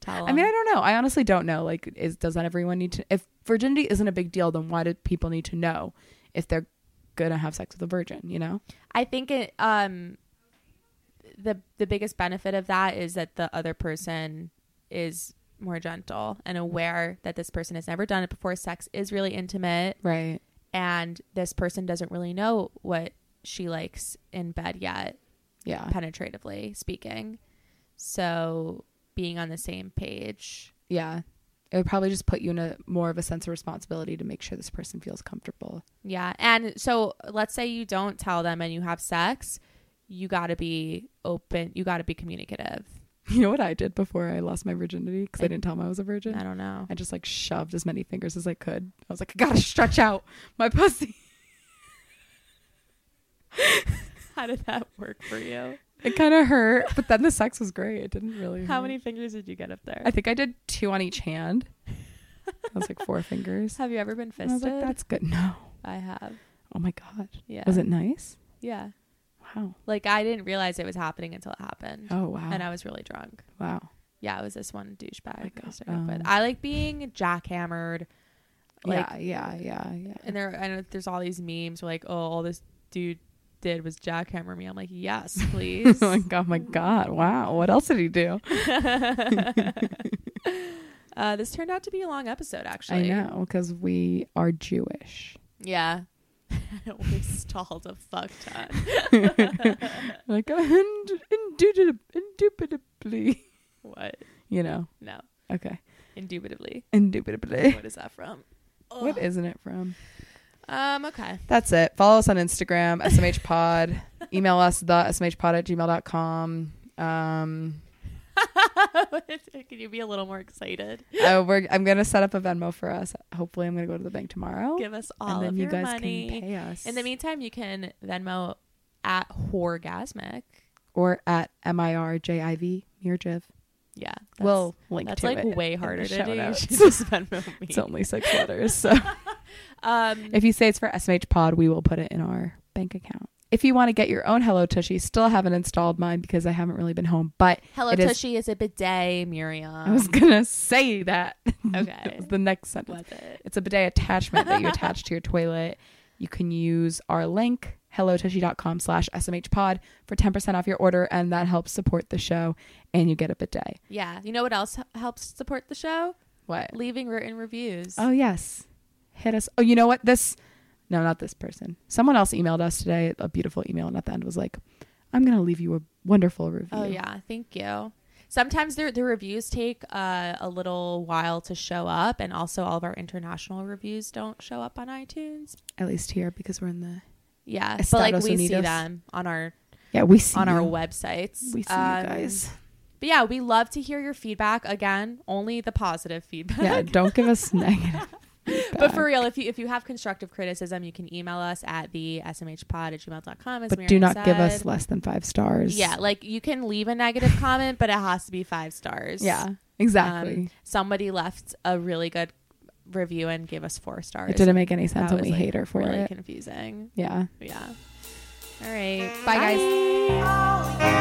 Speaker 1: tell
Speaker 2: I mean, I
Speaker 1: 'em.
Speaker 2: don't know. I honestly don't know. Like, is does that everyone need to? If virginity isn't a big deal, then why do people need to know if they're gonna have sex with a virgin? You know?
Speaker 1: I think it. Um, the the biggest benefit of that is that the other person is more gentle and aware that this person has never done it before. Sex is really intimate,
Speaker 2: Right.
Speaker 1: and this person doesn't really know what she likes in bed yet,
Speaker 2: Yeah.
Speaker 1: penetratively speaking. So being on the same page
Speaker 2: Yeah. It would probably just put you in a more of a sense of responsibility to make sure this person feels comfortable.
Speaker 1: Yeah. And so let's say you don't tell them and you have sex, you got to be open. You got to be communicative.
Speaker 2: You know what I did before I lost my virginity because I,
Speaker 1: I-
Speaker 2: didn't tell him I was a virgin.
Speaker 1: I
Speaker 2: I,
Speaker 1: don't know.
Speaker 2: just like shoved as many fingers as I could. I was like, I gotta stretch out my pussy.
Speaker 1: How did that work for you?
Speaker 2: It kind of hurt, but then the sex was great. It didn't really.
Speaker 1: How
Speaker 2: hurt.
Speaker 1: many fingers did you get up there?
Speaker 2: Mm-hmm. I think I did two on each hand. I was like four fingers.
Speaker 1: have you ever been
Speaker 2: And I was
Speaker 1: fisted? I,
Speaker 2: like, that's good. No.
Speaker 1: have.
Speaker 2: Oh my god.
Speaker 1: Yeah.
Speaker 2: Was it nice?
Speaker 1: Yeah.
Speaker 2: Wow.
Speaker 1: Like I didn't realize it was happening until it happened.
Speaker 2: Oh wow.
Speaker 1: And I was really drunk.
Speaker 2: wow.
Speaker 1: Yeah, it was this one douchebag
Speaker 2: Like,
Speaker 1: I was hooking up with.
Speaker 2: um,
Speaker 1: I like being jackhammered. Like,
Speaker 2: yeah. Yeah. Yeah. Yeah.
Speaker 1: and there I know there's all these memes where like, oh, all this dude did was jackhammer me. I'm like, yes, please.
Speaker 2: oh my god. my god. Wow. What else did he do?
Speaker 1: Uh, this turned out to be a long episode,
Speaker 2: I
Speaker 1: actually.
Speaker 2: know because we are Jewish.
Speaker 1: Yeah. we stalled a fuck ton.
Speaker 2: Like ind- indubit- indubitably.
Speaker 1: What?
Speaker 2: You know.
Speaker 1: No.
Speaker 2: Okay.
Speaker 1: Indubitably.
Speaker 2: Indubitably.
Speaker 1: What is that from?
Speaker 2: What isn't it from?
Speaker 1: Um, okay.
Speaker 2: That's it. Follow us on Instagram, SMH Pod. Email us the smhpod at gmail.com. Um
Speaker 1: Can you be a little more excited?
Speaker 2: uh, we're, I'm gonna set up a Venmo for us. Hopefully, I'm gonna go to the bank tomorrow,
Speaker 1: Give us all
Speaker 2: and then
Speaker 1: of
Speaker 2: you
Speaker 1: your
Speaker 2: guys can
Speaker 1: money.
Speaker 2: pay us.
Speaker 1: In the meantime, you can Venmo at Horgasmic.
Speaker 2: or at mirjiv mirjiv.
Speaker 1: Yeah. That's,
Speaker 2: We'll link
Speaker 1: that's
Speaker 2: to
Speaker 1: like
Speaker 2: it.
Speaker 1: way
Speaker 2: in the
Speaker 1: harder to
Speaker 2: show
Speaker 1: do. You should
Speaker 2: notes.
Speaker 1: just Venmo me.
Speaker 2: It's only six letters, so
Speaker 1: um,
Speaker 2: if you say it's for SMH Pod, we will put it in our bank account. If you want to get your own Hello Tushy, still haven't installed mine because I haven't really been home. But
Speaker 1: Hello
Speaker 2: it is-
Speaker 1: Tushy is a bidet, Miriam.
Speaker 2: I was gonna say that.
Speaker 1: Okay.
Speaker 2: the next sentence.
Speaker 1: Was it?
Speaker 2: It's a bidet attachment that you attach to your toilet. You can use our link, hellotushy.com slash smhpod for 10% off your order, and that helps support the show, and you get a bidet.
Speaker 1: Yeah. You know what else h- helps support the show?
Speaker 2: What?
Speaker 1: Leaving written reviews.
Speaker 2: Oh, yes. Hit us. Oh, you know what? This, no, not this person. Someone else emailed us today, a beautiful email, and at the end was like, I'm going to leave you a wonderful review.
Speaker 1: Oh, yeah. Thank you. Sometimes the, the reviews take uh, a little while to show up, and also all of our international reviews don't show up on iTunes.
Speaker 2: At least here, because we're in the,
Speaker 1: Yeah, but like
Speaker 2: Estados
Speaker 1: we see
Speaker 2: Unidos.
Speaker 1: them on our
Speaker 2: yeah, we see
Speaker 1: on our
Speaker 2: you.
Speaker 1: websites.
Speaker 2: We see
Speaker 1: Um,
Speaker 2: you guys.
Speaker 1: But yeah, we love to hear your feedback. Again, only the positive feedback.
Speaker 2: Yeah, don't give us negative.
Speaker 1: But for real, if you if you have constructive criticism, you can email us at the smhpod at gmail.com. As
Speaker 2: But
Speaker 1: Miriam
Speaker 2: do not give
Speaker 1: said.
Speaker 2: us less than five stars.
Speaker 1: Yeah, like you can leave a negative comment, but it has to be five stars.
Speaker 2: Yeah,
Speaker 1: Um,
Speaker 2: exactly.
Speaker 1: somebody left a really good review and gave us four stars.
Speaker 2: It didn't make any
Speaker 1: That
Speaker 2: sense, and
Speaker 1: was,
Speaker 2: we
Speaker 1: like,
Speaker 2: hate her for
Speaker 1: really
Speaker 2: it.
Speaker 1: confusing.
Speaker 2: yeah.
Speaker 1: Yeah. All right. Bye, guys.
Speaker 3: Oh, yeah.